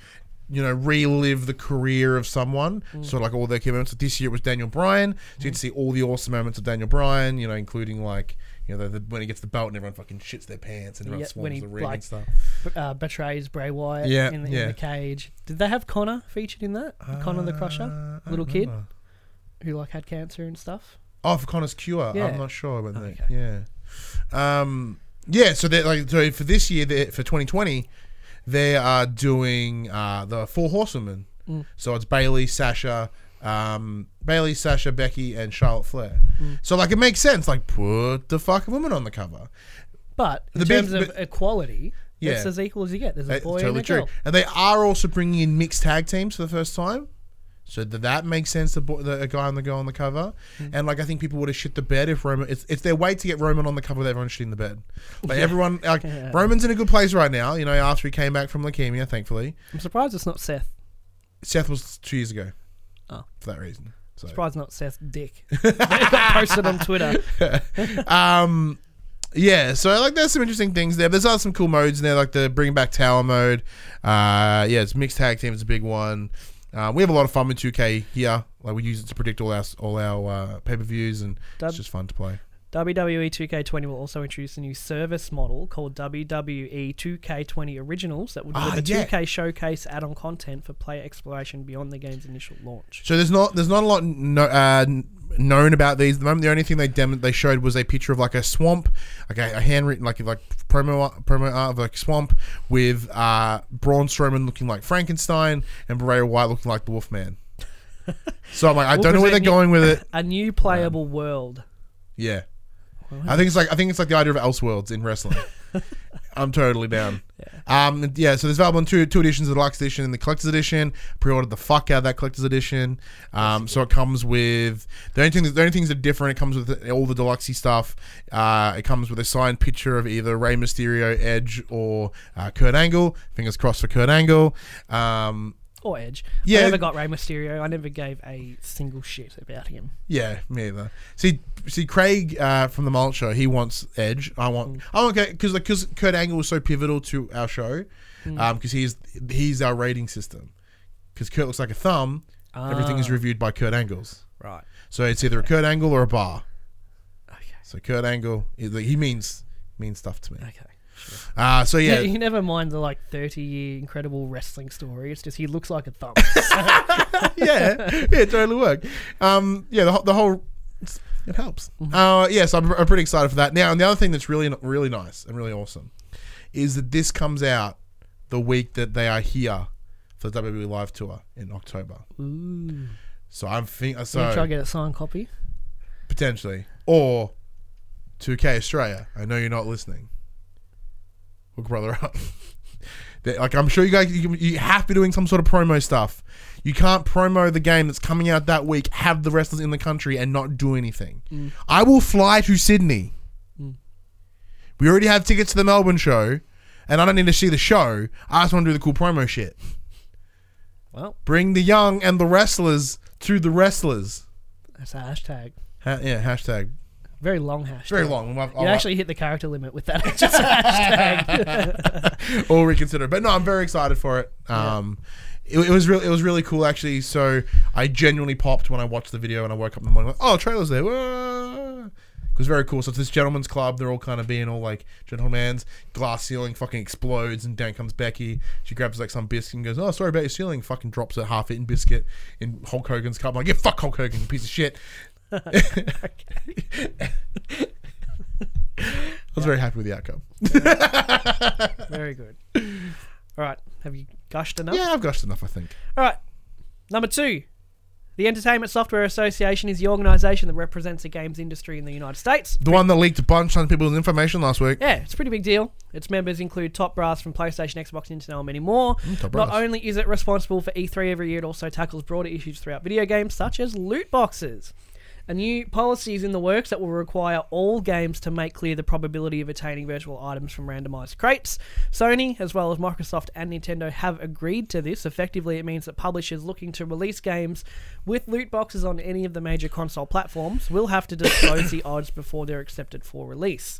you know, relive the career of someone.
Mm.
So like all their key moments. This year it was Daniel Bryan. So you can see all the awesome moments of Daniel Bryan. You know, including like. You know, the, the, when he gets the belt and everyone fucking shits their pants and everyone
Yeah, when
swarms
he
the ring
like
and stuff.
b- uh, betrays Bray Wyatt
Yeah,
in, the,
yeah.
in the cage. Did they have Connor featured in that? Connor the Crusher,
Uh, I
little
don't
kid
remember.
who like had cancer and stuff.
Oh, for Connor's cure.
Yeah.
I'm not sure about that.
Okay.
Yeah. Um, yeah. So they're like so for this year, they're- for 2020, they are doing uh, the Four Horsewomen.
Mm.
So it's Bailey, Sasha, um, Bailey, Sasha, Becky, and Charlotte Flair.
Mm.
So like it makes sense. Like put the fucking woman on the cover.
But in
The big-
terms of equality,
Yeah.
it's as equal as you get. There's a
That's
boy
Uh, totally
and a
true.
girl.
And they are also bringing in mixed tag teams for the first time. So that, that makes sense. The, bo- the a guy and the girl on the cover,
Hmm.
and like I think people would have shit the bed if Roman. It's, it's their way to get Roman on the cover with everyone shitting the bed. Like
<laughs>
everyone, like Roman's in a good place right now. You know, after he came back from leukemia, thankfully.
I'm surprised it's not Seth.
Seth was two years ago.
Oh.
for that reason. So
Surprised not Seth
<laughs>
Dick. They got posted on Twitter.
um yeah so like there's some interesting things there there's other some cool modes in there like the bring back tower mode uh yeah it's mixed tag team is a big one uh, we have a lot of fun with 2k here like we use it to predict all our all our uh, pay-per-views and
Dub-
it's just fun to play
WWE 2K20 will also introduce a new service model called E WWE 2K20 Originals that will
Ah,
deliver
yeah.
2K showcase add-on content for player exploration beyond the game's initial launch.
so there's not there's not a lot no, uh, n- known about these at the moment the only thing they dem- they showed was a picture of like a swamp like a, a handwritten like like promo promo art of like swamp with uh Braun Strowman looking like Frankenstein and Bray Wyatt looking like the Wolfman so I'm like I
We'll
don't know where they're
present you-
going with it
A new playable world.
Yeah. I think it's like I think it's like the idea of Elseworlds in wrestling. I'm totally down. Yeah. Um, yeah. So there's available in two two editions: the deluxe edition and the collector's edition. Pre-ordered the fuck out of that collector's edition. Um, so it comes with the only thing the only things that are different. It comes with all the deluxe stuff. Uh, it comes with a signed picture of either Rey Mysterio, Edge, or uh, Kurt Angle. Fingers crossed for Kurt Angle. Um,
Or Edge.
Yeah.
I never got Rey Mysterio. I never gave a single shit about him.
Yeah, me either. See, see, Craig uh, from the Mullet Show, he wants Edge. I want, I want because because Kurt Angle was so pivotal to our show, um, because he's he's our rating system. Because Kurt looks like a thumb, everything is reviewed by Kurt Angles.
Right.
So it's either a Kurt Angle or a bar.
Okay.
So Kurt Angle, is like- he means means stuff to me.
Okay.
Uh, so
Yeah.
yeah,
You never mind the like 30 year incredible wrestling story. It's just he looks like
<laughs>
a thumb.
yeah, yeah, it totally work. Um, yeah, the, whole- the whole it's- it helps.
Mm-hmm.
Uh, yeah, so I'm, I'm pretty excited for that. Now, and the other thing that's really really nice and really awesome is that this comes out the week that they are here for the WWE Live Tour in October.
Ooh.
So I'm think uh,
Can you try
so
to get a signed copy?
potentially or 2K Australia. I know you're not listening. Hook brother up. <laughs> That- like I'm sure you guys you, you have to be doing some sort of promo stuff. You can't promo the game that's coming out that week, have the wrestlers in the country, and not do anything. I will fly to Sydney. We already have tickets to the Melbourne show, and I don't need to see the show. I just want to do the cool promo shit.
Well,
Bring the young and the wrestlers to the wrestlers.
that's a hashtag.
Ha- yeah, hashtag
Very long hash.
Very long. I'll,
You
I'll-
actually hit the character limit with that <laughs> just hashtag.
or reconsider. But no, I'm very excited for it. Um, it, it was really, it was really cool actually. So I genuinely popped when I watched the video and I woke up in the morning. Like, oh, trailer's there. Whoa. It was very cool. So it's this gentleman's club. They're all kind of being all like gentlemen's. Glass ceiling fucking explodes and down comes Becky. She grabs like some biscuit and goes, "Oh, sorry about your ceiling." Fucking drops a half-eaten biscuit in Hulk Hogan's cup. I'm like, "Yeah, fuck Hulk Hogan, you piece of shit." I was very happy with the outcome.
Very good. All right. Have you gushed enough?
Yeah, I've gushed enough, I think.
All right. Number two. The Entertainment Software Association is the organisation that represents the games industry in the United States.
The one that leaked a bunch of people's information last week.
Yeah, it's a pretty big deal. Its members include top brass from PlayStation, Xbox, Nintendo, and many more.
Mm, top
Not
brass.
only is it responsible for E3 every year, it also tackles broader issues throughout video games, such as loot boxes. A new policy is in the works that will require all games to make clear the probability of attaining virtual items from randomized crates. Sony, as well as Microsoft and Nintendo, have agreed to this. Effectively, it means that publishers looking to release games with loot boxes on any of the major console platforms will have to disclose the odds before they're accepted for release.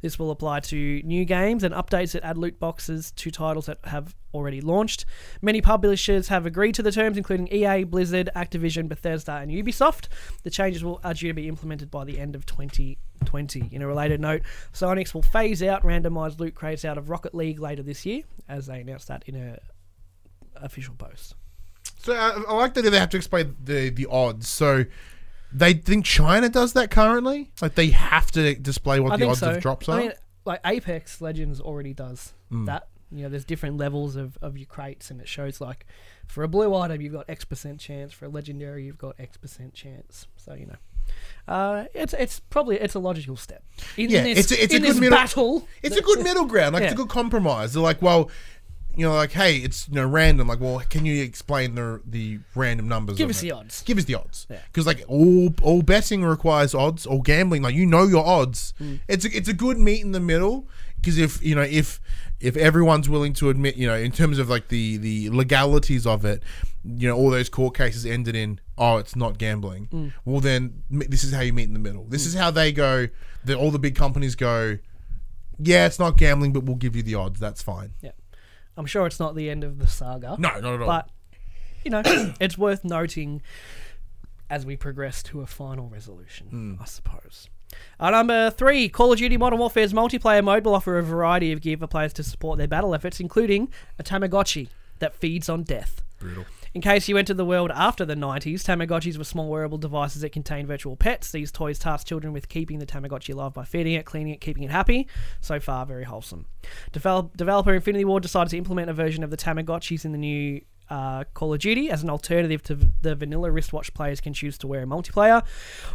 This will apply to new games and updates that add loot boxes to titles that have already launched. Many publishers have agreed to the terms, including EA, Blizzard, Activision, Bethesda, and Ubisoft. The changes will are due to be implemented by the end of 2020. In a related note, Psyonix will phase out randomized loot crates out of Rocket League later this year, as they announced that in a official post.
So uh, I, I like that they have to explain the the odds. So they think China does that currently. Like they have to display what
I
the
think
odds
so.
of drops
I
are. Hmm.
mean, like Apex Legends already does that. You know, there's different levels of, of your crates, and it shows like for a blue item you've got X percent chance, for a legendary you've got X percent chance. So you know, uh, it's it's probably it's a logical step. In,
Yeah,
in this,
it's a- it's a
in
good
this
middle-
battle.
it's a
<laughs>
good middle ground. Like it's a
Yeah.
good compromise. They're like, well, you know, like hey, it's you know random. Like, well, can you explain the the random numbers?
Give
of
us
it?
the odds.
Give us the odds.
Yeah.
Because like all all betting requires odds. All gambling, like you know your odds.
Hmm.
It's a, it's a good meet in the middle. Because if you know if if everyone's willing to admit, you know, in terms of like the the legalities of it, you know, all those court cases ended in oh, it's not gambling.
Hmm.
Well, then m- this is how you meet in the middle. This is how they go. The, all the big companies go. Yeah, it's not gambling, but we'll give you the odds. That's fine.
Yeah, I'm sure it's not the end of the saga.
No, not at all.
but
<coughs>
you know, it's worth noting as we progress to a final resolution, I suppose. Uh, number three, Call of Duty Modern Warfare's multiplayer mode will offer a variety of gear for players to support their battle efforts, including a Tamagotchi that feeds on death.
Brutal.
In case you entered the world after the 90s, Tamagotchis were small wearable devices that contained virtual pets. These toys tasked children with keeping the Tamagotchi alive by feeding it, cleaning it, keeping it happy. So far, very wholesome. Develop- developer Infinity Ward decided to implement a version of the Tamagotchis in the new uh, Call of Duty as an alternative to v- the vanilla wristwatch players can choose to wear in multiplayer.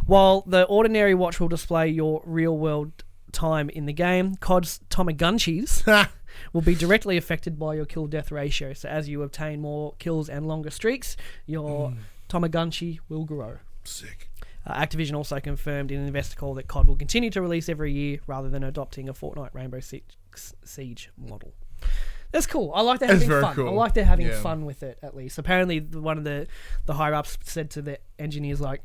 While the ordinary watch will display your real world time in the game, COD's Tamagunchis <laughs> will be directly affected by your kill death ratio. So as you obtain more kills and longer streaks, your Tomagunchi will grow.
<laughs> Sick.
Uh, Activision also confirmed in an investor call that COD will continue to release every year rather than adopting a Fortnite Rainbow Six Siege model. That's cool. I like they're
It's
having
very
fun. I
cool.
like they're having
Yeah.
fun with it at least. Apparently, the- one of the the higher ups said to the engineers like.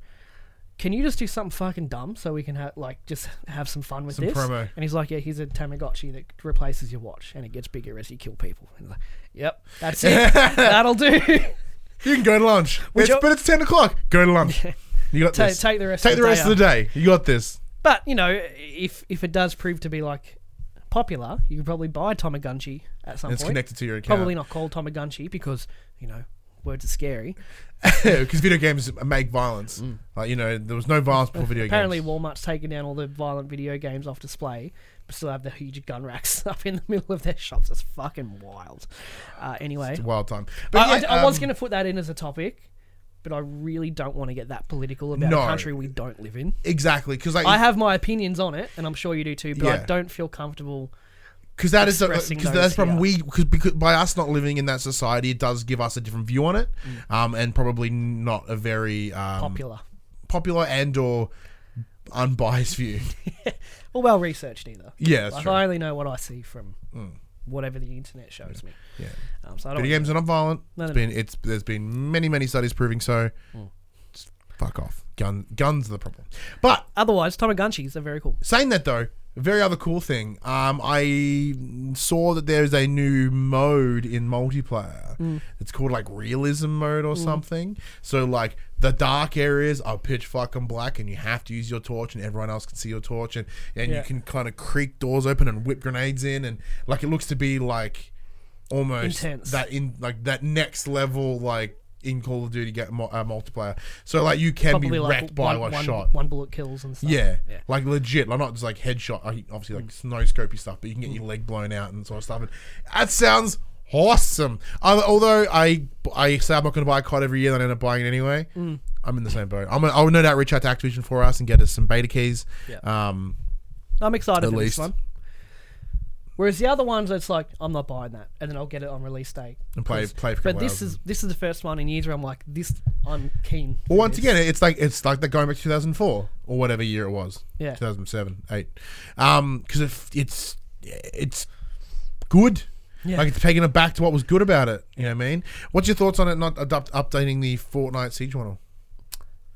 Can you just do something fucking dumb so we can have like just have some fun with
Some
this?
promo.
And he's like, "Yeah, here's a Tamagotchi that replaces your watch, and it gets bigger as you kill people." And he's like, "Yep,
<laughs>
that's it. That'll do.
You can go to lunch.
Would
It's,
you-
but it's ten o'clock. Go to
<laughs>
lunch. You got
Ta
this.
take the rest.
Take
of
the rest
day
of the day. You got this.
But you know, if if it does prove to be like popular, you could probably buy Tomagunchi at some
And it's
point.
connected to your account. <laughs>
Probably not called Tomagunchi because you know words are scary.
because video games make violence. Like you know, there was no violence before video
Mm. Apparently,
games.
Walmart's taken down all the violent video games off display, but still have the huge gun racks <laughs> up in the middle of their shops. That's fucking wild. Uh, anyway,
It's a wild time.
I,
yeah,
I, I was
um,
going to put that in as a topic, but I really don't want to get that political about
No.
a country we don't live in.
exactly because like
I have my opinions on it, and I'm sure you do too, but I
Yeah.
don't feel comfortable.
because that is because
expressing
that's
those
the problem.
here.
We cause, because by us not living in that society, it does give us a different view on it, um, and probably not a very um,
Mm. Popular.
popular and or unbiased view. <laughs>
or well researched either.
Yeah, that's
like
true. Hmm.
I only know what I see from whatever the internet shows me.
yeah.
Um, so I don't.
Video games are not violent.
No,
it's
Mm. no,
been it's there's been many many studies proving so. Just Fuck off. Gun, guns are the problem. But
Otherwise, Tom and Gunchies are very cool.
Saying that though, a very other cool thing. Um, I saw that there is a new mode in multiplayer.
Mm.
It's called like realism mode or something. So like the dark areas are pitch fucking black, and you have to use your torch, and everyone else can see your torch, and and
Yeah.
you can kind of creak doors open and whip grenades in, and like it looks to be like almost
Intense.
that in like that next level like. In Call of Duty, get mo- uh, multiplayer, so like you can be
Probably like
wrecked by
one,
one,
one-
shot.
one bullet kills and stuff.
Yeah,
Yeah. Mm.
like legit. Like not just like headshot. like, Obviously, like snow scopy stuff, but you can get your leg blown out and sort of stuff. And that sounds awesome. Um, although I I say I'm not going to buy a COD every year, then I end up buying it anyway.
Mm.
I'm in the same boat. I'm gonna, I'll no doubt reach out to Activision for us and get us some beta keys.
Yeah.
Um,
I'm excited
At
for
least.
this one. Whereas the other ones, it's like I'm not buying that, and then I'll get it on release day.
and play play for. a
But
couple
this
hours.
is this is the first one in years where I'm like, this I'm keen. for
Well, once
this.
again, it's like it's like that going back to 2004 or whatever year it was.
Yeah.
2007, eight. Um, because if it's it's good,
Yeah.
like it's taking it back to what was good about it. You know what I mean? What's your thoughts on it not adopt, updating the Fortnite Siege model?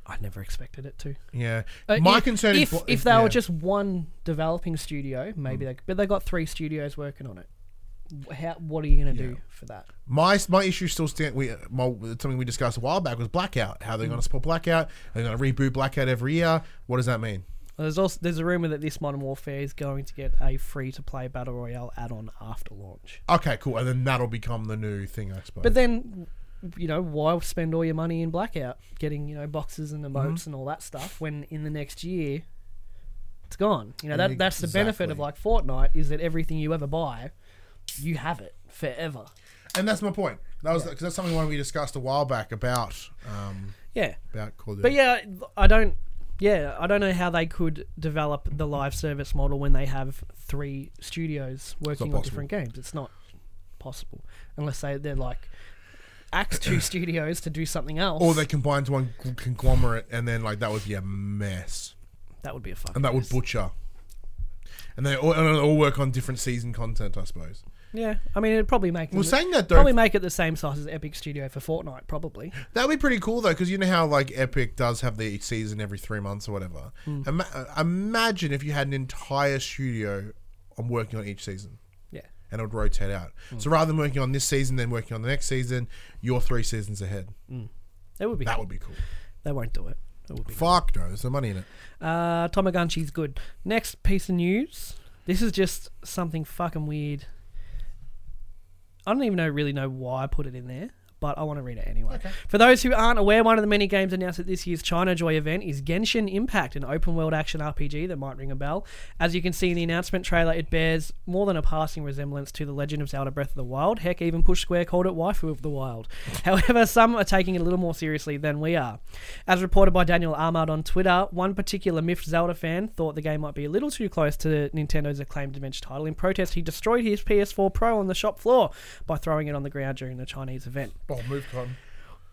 I never expected it to.
Yeah.
Uh,
My
if,
concern
if,
is blo-
if they
yeah. Mm.
were just one developing studio, maybe they. But they got three studios working on it. Wh- How, what are you gonna do for that?
My my issue still stand. We my, something we discussed a while back was Blackout.
Mm.
How they're going to support Blackout? They're going to reboot Blackout every year. What does that mean?
Well, there's also there's a rumor that this Modern Warfare is going to get a free to play battle royale add-on after launch.
Okay, cool. And then that'll become the new thing, I suppose.
But then, you know, why spend all your money in Blackout getting you know boxes and emotes
Mm-hmm.
and all that stuff when in the next year it's gone? You know that that's the benefit of like Fortnite is that everything you ever buy, you have it forever.
And that's my point. That was because that's something one we discussed a while back about um,
Yeah.
about Call of Duty.
But yeah, I don't. Yeah, I don't know how they could develop the live service model when they have three studios working on
possible.
different games. It's not possible unless they they're like
<coughs>
axe two studios to do something else.
or they combined to one g- conglomerate, and then like that would be a mess,
that would be a fucking.
and that would
mess.
butcher. And they all, and they all work on different season content, I suppose.
yeah, I mean it'd probably make
Well,
them-
saying that though,
probably make it the same size as Epic Studio for
<laughs>
Fortnite, probably.
that'd be pretty cool though, because you know how like Epic does have the each season every three months or whatever.
Mm.
Ima- uh, imagine if you had an entire studio on working on each season.
Yeah,
and it would rotate out.
Mm.
So rather than working on this season, then working on the next season, you're three seasons ahead.
that would be.
That would be cool.
They won't do it. That would be.
Fuck no, there's no money in it.
Uh, Tomagunchi's good. Next piece of news. This is just something fucking weird. I don't even know really know why I put it in there, but I want to read it anyway. For those who aren't aware, one of the many games announced at this year's China Joy event is Genshin Impact, an open world action RPG that might ring a bell. As you can see in the announcement trailer, it bears more than a passing resemblance to The Legend of Zelda Breath of the Wild. Heck, even Push Square called it Waifu of the Wild. <laughs> However, some are taking it a little more seriously than we are. As reported by Daniel Armad on Twitter, one particular miffed Zelda fan thought the game might be a little too close to Nintendo's acclaimed Dimension title. In protest, he destroyed his PS4 Pro on the shop floor by throwing it on the ground during the Chinese event.
Oh, move con.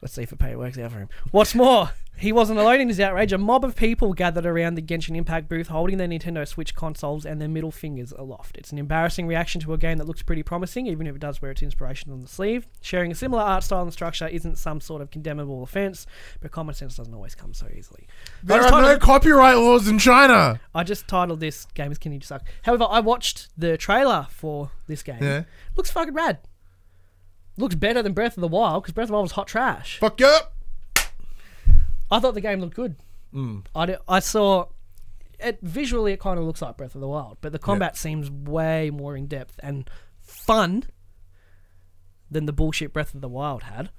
Let's see if it pay works out for him. What's more, he wasn't alone in his outrage. A mob of people gathered around the Genshin Impact booth holding their Nintendo Switch consoles and their middle fingers aloft. It's an embarrassing reaction to a game that looks pretty promising, even if it does wear its inspiration on the sleeve. Sharing a similar art style and structure isn't some sort of condemnable offense, but common sense doesn't always come so easily. I
There
just
are no
titled-
copyright laws in China.
I just titled this "Gamers Can You Suck." However, I watched the trailer for this game.
Yeah.
Looks fucking rad. Looks better than Breath of the Wild because Breath of the Wild was hot trash.
Fuck you up.
I thought the game looked good. I, di- I saw it visually. It kind of looks like Breath of the Wild, but the combat seems way more in depth and fun than the bullshit Breath of the Wild had.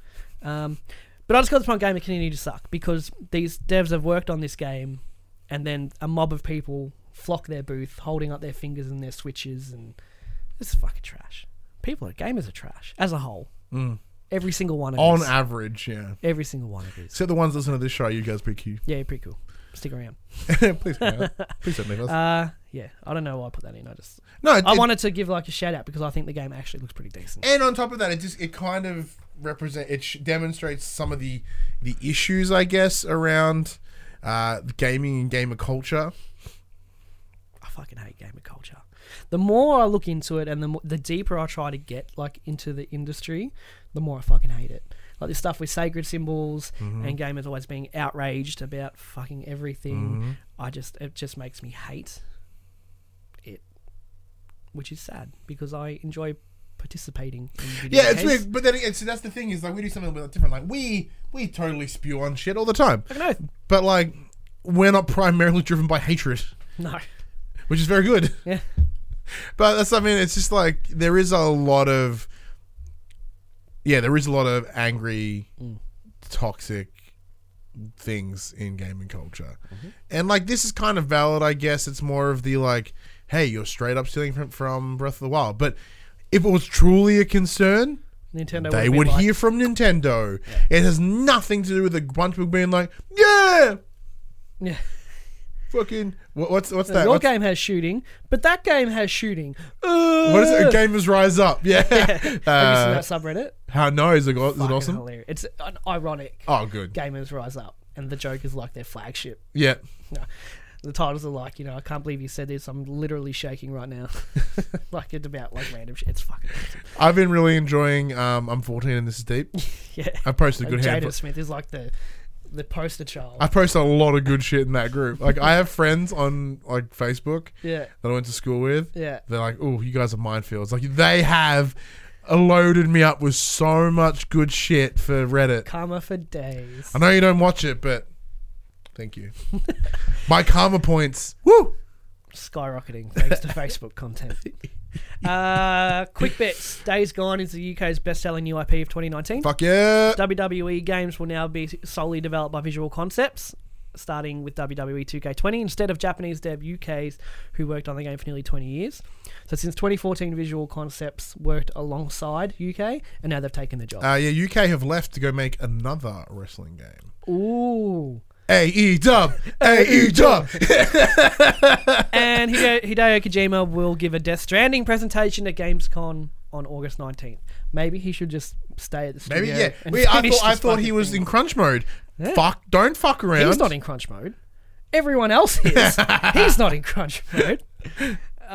Um, but I just got this point game that continued to suck because these devs have worked on this game, and then a mob of people flock their booth, holding up their fingers and their switches, and this is fucking trash. People are gamers are trash as a whole. Every single one of
On
these.
average, yeah.
Every single one of these.
Except the ones listening to this show, you <laughs> guys pretty cute.
Yeah, pretty cool. Stick around.
Please,
<laughs>
come out. Please don't leave us.
Uh, yeah, I don't know why I put that in. I just
no, it,
I
it-
wanted to give like a shout out because I think the game actually looks pretty decent.
and on top of that, it just it kind of represent it sh- demonstrates some of the the issues, I guess, around uh, gaming and gamer culture.
I fucking hate gamer culture. The more I look into it and the mo- the deeper I try to get like into the industry, the more I fucking hate it. like this stuff with sacred symbols
Mm-hmm.
and gamers always being outraged about fucking
Mm-hmm.
everything. I just it just makes me hate it, which is sad because I enjoy participating. In video
Yeah, it's
games.
weird, but then it's, that's the thing is like we do something a bit different. Like we we totally spew on shit all the time,
Like an oath.
but like we're not primarily driven by hatred, <laughs>
No.
which is very good. <laughs>
Yeah.
But that's I mean, it's just like there is a lot of yeah, there is a lot of angry, toxic things in gaming culture,
Mm-hmm.
and like this is kind of valid, I guess. It's more of the like, hey, you're straight up stealing from, from Breath of the Wild, but if it was truly a concern,
Nintendo
they
would've been
would
like,
hear from Nintendo. It has nothing to do with a bunch of people being like, yeah,
Yeah.
fucking what, what's what's that?
Your
What's,
game has shooting, but that game has shooting.
what is it?
Ugh.
Gamers rise up. <laughs>
<laughs>
Yeah.
Have you
Uh,
seen that subreddit?
how no is it, go- is it
Fucking
awesome?
Hilarious. It's an ironic.
Oh, good.
Gamers rise up, and the joke is like their flagship.
Yeah.
No. The titles are like, you know, I can't believe you said this. I'm literally shaking right now. <laughs> like it's about like random shit. It's fucking awesome.
I've been really enjoying um, I'm 14 and this is deep.
<laughs> yeah.
I posted a
Like,
good
Jaden
handful.
Smith is like the the poster child.
I posted a lot of good shit in that group. Like I have friends on like Facebook
<laughs> yeah,
that I went to school with.
yeah.
They're like, "Oh, you guys are minefields." Like they have loaded me up with so much good shit for Reddit.
Karma for days.
I know you don't watch it, but thank
<laughs>
you. My karma points. Woo!
skyrocketing thanks to Facebook
<laughs>
content. Uh, quick bets. Days Gone is the UK's best-selling new IP of 2019.
Fuck yeah!
WWE E games will now be solely developed by Visual Concepts, starting with E WWE 2K20 instead of Japanese dev UKs who worked on the game for nearly 20 years. So since 2014, Visual Concepts worked alongside UK, and now they've taken the job.
Uh, yeah, UK have left to go make another wrestling game.
Ooh.
AE E dub!
E
AE dub!
and Hideo, Hideo Kojima will give a Death Stranding presentation at Gamescon on August 19th. Maybe he should just stay at the studio.
Maybe, yeah.
and
We, I
finish
thought, I
this
thought he
fucking
was
thing.
in crunch mode. Fuck, don't fuck around.
He's not in crunch mode. Everyone else
<laughs>
is. He's not in crunch mode.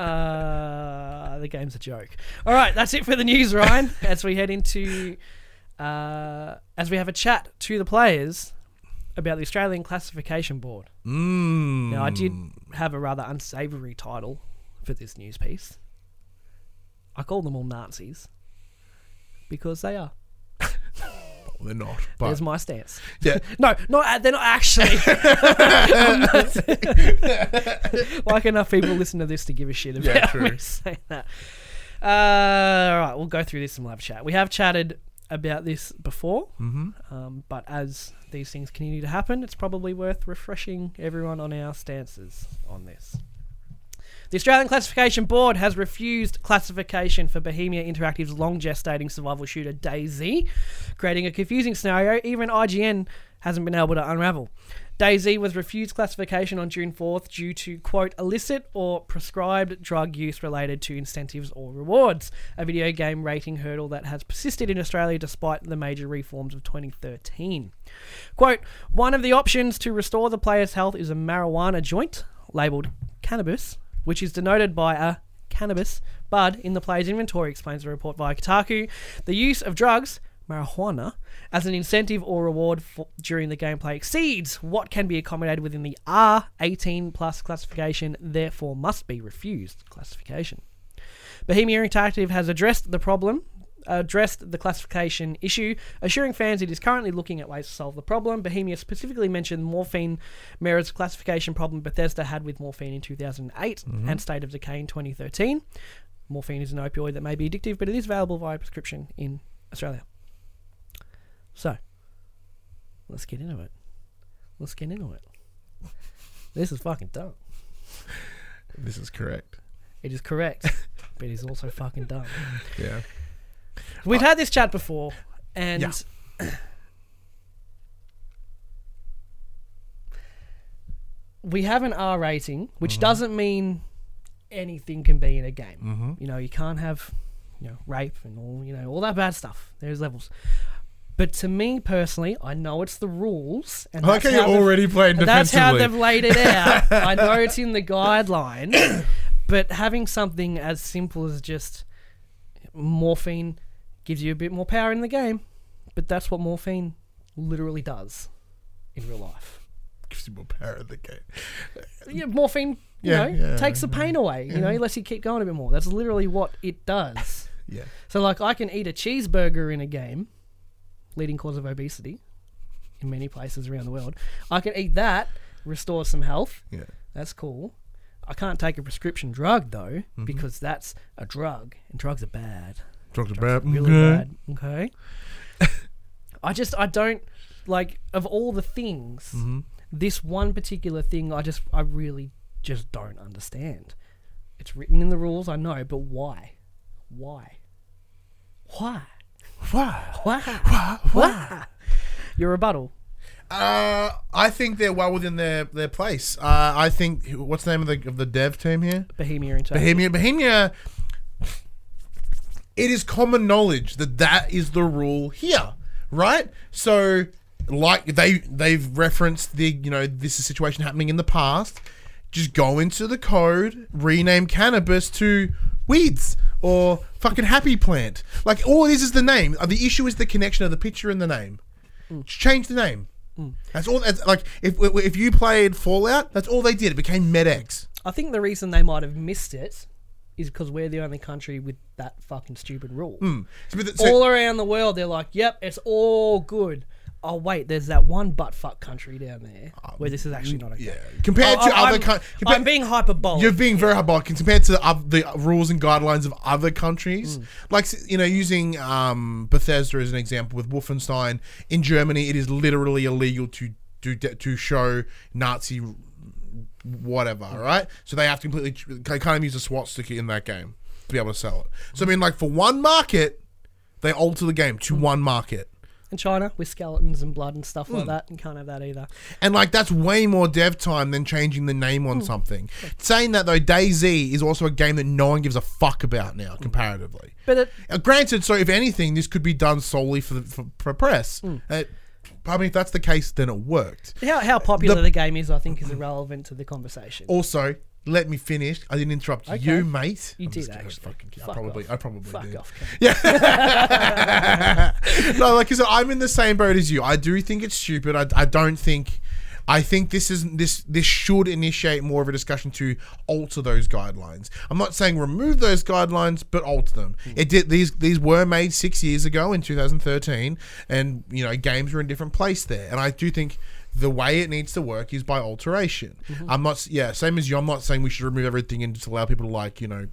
Uh, the game's a joke. All right, that's it for the news,
<laughs>
Ryan. As we head into, uh, as we have a chat to the players about the Australian Classification Board.
Mm.
Now, I did have a rather unsavoury title for this news piece. I call them all Nazis because they are.
Well, they're not. But
There's my stance. <laughs>
yeah,
No, not they're not
<laughs>
actually. <laughs> I'm <laughs> not- like enough people listen to this to give a shit about
Yeah, true.
me saying that. Uh, all right, we'll go through this and we'll have a chat. We have chatted about this before,
Mm-hmm.
um, but as these things continue to happen, it's probably worth refreshing everyone on our stances on this. The Australian Classification Board has refused classification for Bohemia Interactive's long gestating survival shooter DayZ, creating a confusing scenario even IGN hasn't been able to unravel. DayZ was refused classification on June 4th due to, quote, illicit or prescribed drug use related to incentives or rewards, a video game rating hurdle that has persisted in Australia despite the major reforms of 2013. Quote, one of the options to restore the player's health is a marijuana joint labeled cannabis, which is denoted by a cannabis bud in the player's inventory, explains the report via Kotaku. The use of drugs, marijuana, as an incentive or reward for, during the gameplay exceeds what can be accommodated within the R18 plus classification, therefore must be refused classification. Bohemia Interactive has addressed the problem, addressed the classification issue, assuring fans it is currently looking at ways to solve the problem. Bohemia specifically mentioned morphine mirrors classification problem Bethesda had with morphine in 2008 and State of Decay in 2013. Morphine is an opioid that may be addictive, but it is available via prescription in Australia. So, let's get into it. Let's get into it. <laughs> This is fucking dumb.
this is correct.
It is correct, but it is also fucking dumb.
Yeah.
We've had this chat before, and
Yeah.
<clears throat> we have an R rating, which
Mm-hmm.
doesn't mean anything can be in a game.
Mm-hmm.
You know, you can't have you know rape and all you know all that bad stuff. There's levels. But to me personally, I know it's the rules, and
I like how
that's
you
how the-
already playing
and That's
defensively.
how they've laid
<laughs>
it out. I know it's in the guidelines, <coughs> but having something as simple as just morphine gives you a bit more power in the game But that's what morphine literally does in real life.
Gives you more power in the game.
Yeah, morphine, you
Yeah,
know,
yeah,
takes the pain away, you know, unless you keep going a bit more. That's literally what it
<laughs>
does.
Yeah.
So, like, I can eat a cheeseburger in a game, leading cause of obesity in many places around the world. I can eat that, restore some health.
Yeah.
That's cool. I can't take a prescription drug, though, because that's a drug, and drugs are bad.
Drugs are bad.
Really
Okay.
bad. Okay. I just, I don't, like, of all the things, this one particular thing, I just, I really just don't understand. It's written in the rules, I know, but why? Why? Why?
Wow.
Why? Why? Your rebuttal.
Uh, I think they're well within their, their place. Uh, I think what's the name of the of the dev team here?
Bohemia in Tokyo.
Bohemia. Bohemia. It is common knowledge that that is the rule here, right? So, like they they've referenced the you know this is a situation happening in the past. Just go into the code, rename cannabis to weeds or fucking happy plant. Like all it is is the name. Uh, The issue is the connection of the picture and the name. Just change the name. That's all. That's like if if you played Fallout, that's all they did. It became MedX.
I think the reason they might have missed it is because we're the only country with that fucking stupid rule.
So, but the- Hmm. so-
all around the world, they're like, "Yep, it's all good." Oh wait, there's that one butt fuck country down there where this is actually not okay.
Oh, Yeah. Compared
I-
to
I-
other
Oh, I'm-
countries.
I'm being hyperbolic.
You're being very hyperbolic compared to the, oth- the rules and guidelines of other countries.
Mm.
Like, you know, using um, Bethesda as an example with Wolfenstein, in Germany, it is literally illegal to do de- to show Nazi whatever,
Mm.
right? So they have to completely, they can't even use a swastika in that game to be able to sell it. So, I mean, like, for one market, they alter the game
Mm.
to one market.
In China, with skeletons and blood and stuff
Hmm.
like that, and can't have that either.
And like that's way more dev time than changing the name
Hmm.
on something. Saying that though, DayZ is also a game that no one gives a fuck about now, comparatively.
Hmm. But it,
Uh, granted, so if anything, this could be done solely for the, for, for press.
Hmm.
Uh, I mean, if that's the case, then it worked.
how how popular
The-
the, game is, I think, is irrelevant to the conversation.
Also, let me finish. I didn't interrupt you, mate.
You
I'm
did,
just kidding. I
actually.
fucking- I
Fuck
probably,
off.
I probably
fuck
did.
off. Kevin.
<laughs> no, like I said, I'm in the same boat as you. I do think it's stupid. I, I don't think. I think this is this this should initiate more of a discussion to alter those guidelines. I'm not saying remove those guidelines, but alter them. It did these these were made six years ago in 2013, and you know games were in a different place there. And I do think the way it needs to work is by alteration. I'm not s- yeah same as you. I'm not saying we should remove everything and just allow people to like you know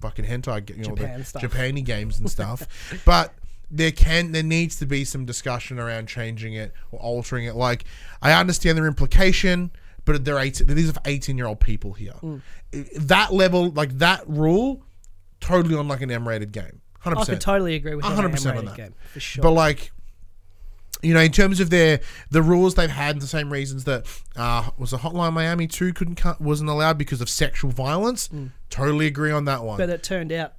fucking hentai get- you know
Japan
the
stuff.
Japani games and stuff, <laughs> but there can there needs to be some discussion around changing it or altering it. Like I understand their implication, but they're eight. These are eighteen year old people here.
Mm.
That level, like that rule, totally on like an M rated game. Hundred
I could
percent.
Oh, totally agree with
hundred percent
that.
on that.
on game for sure.
But like, you know, in terms of their the rules they've had, the same reasons that uh, was a Hotline Miami two couldn't cut- wasn't allowed because of sexual violence. Totally agree on that one.
Mm. but it turned out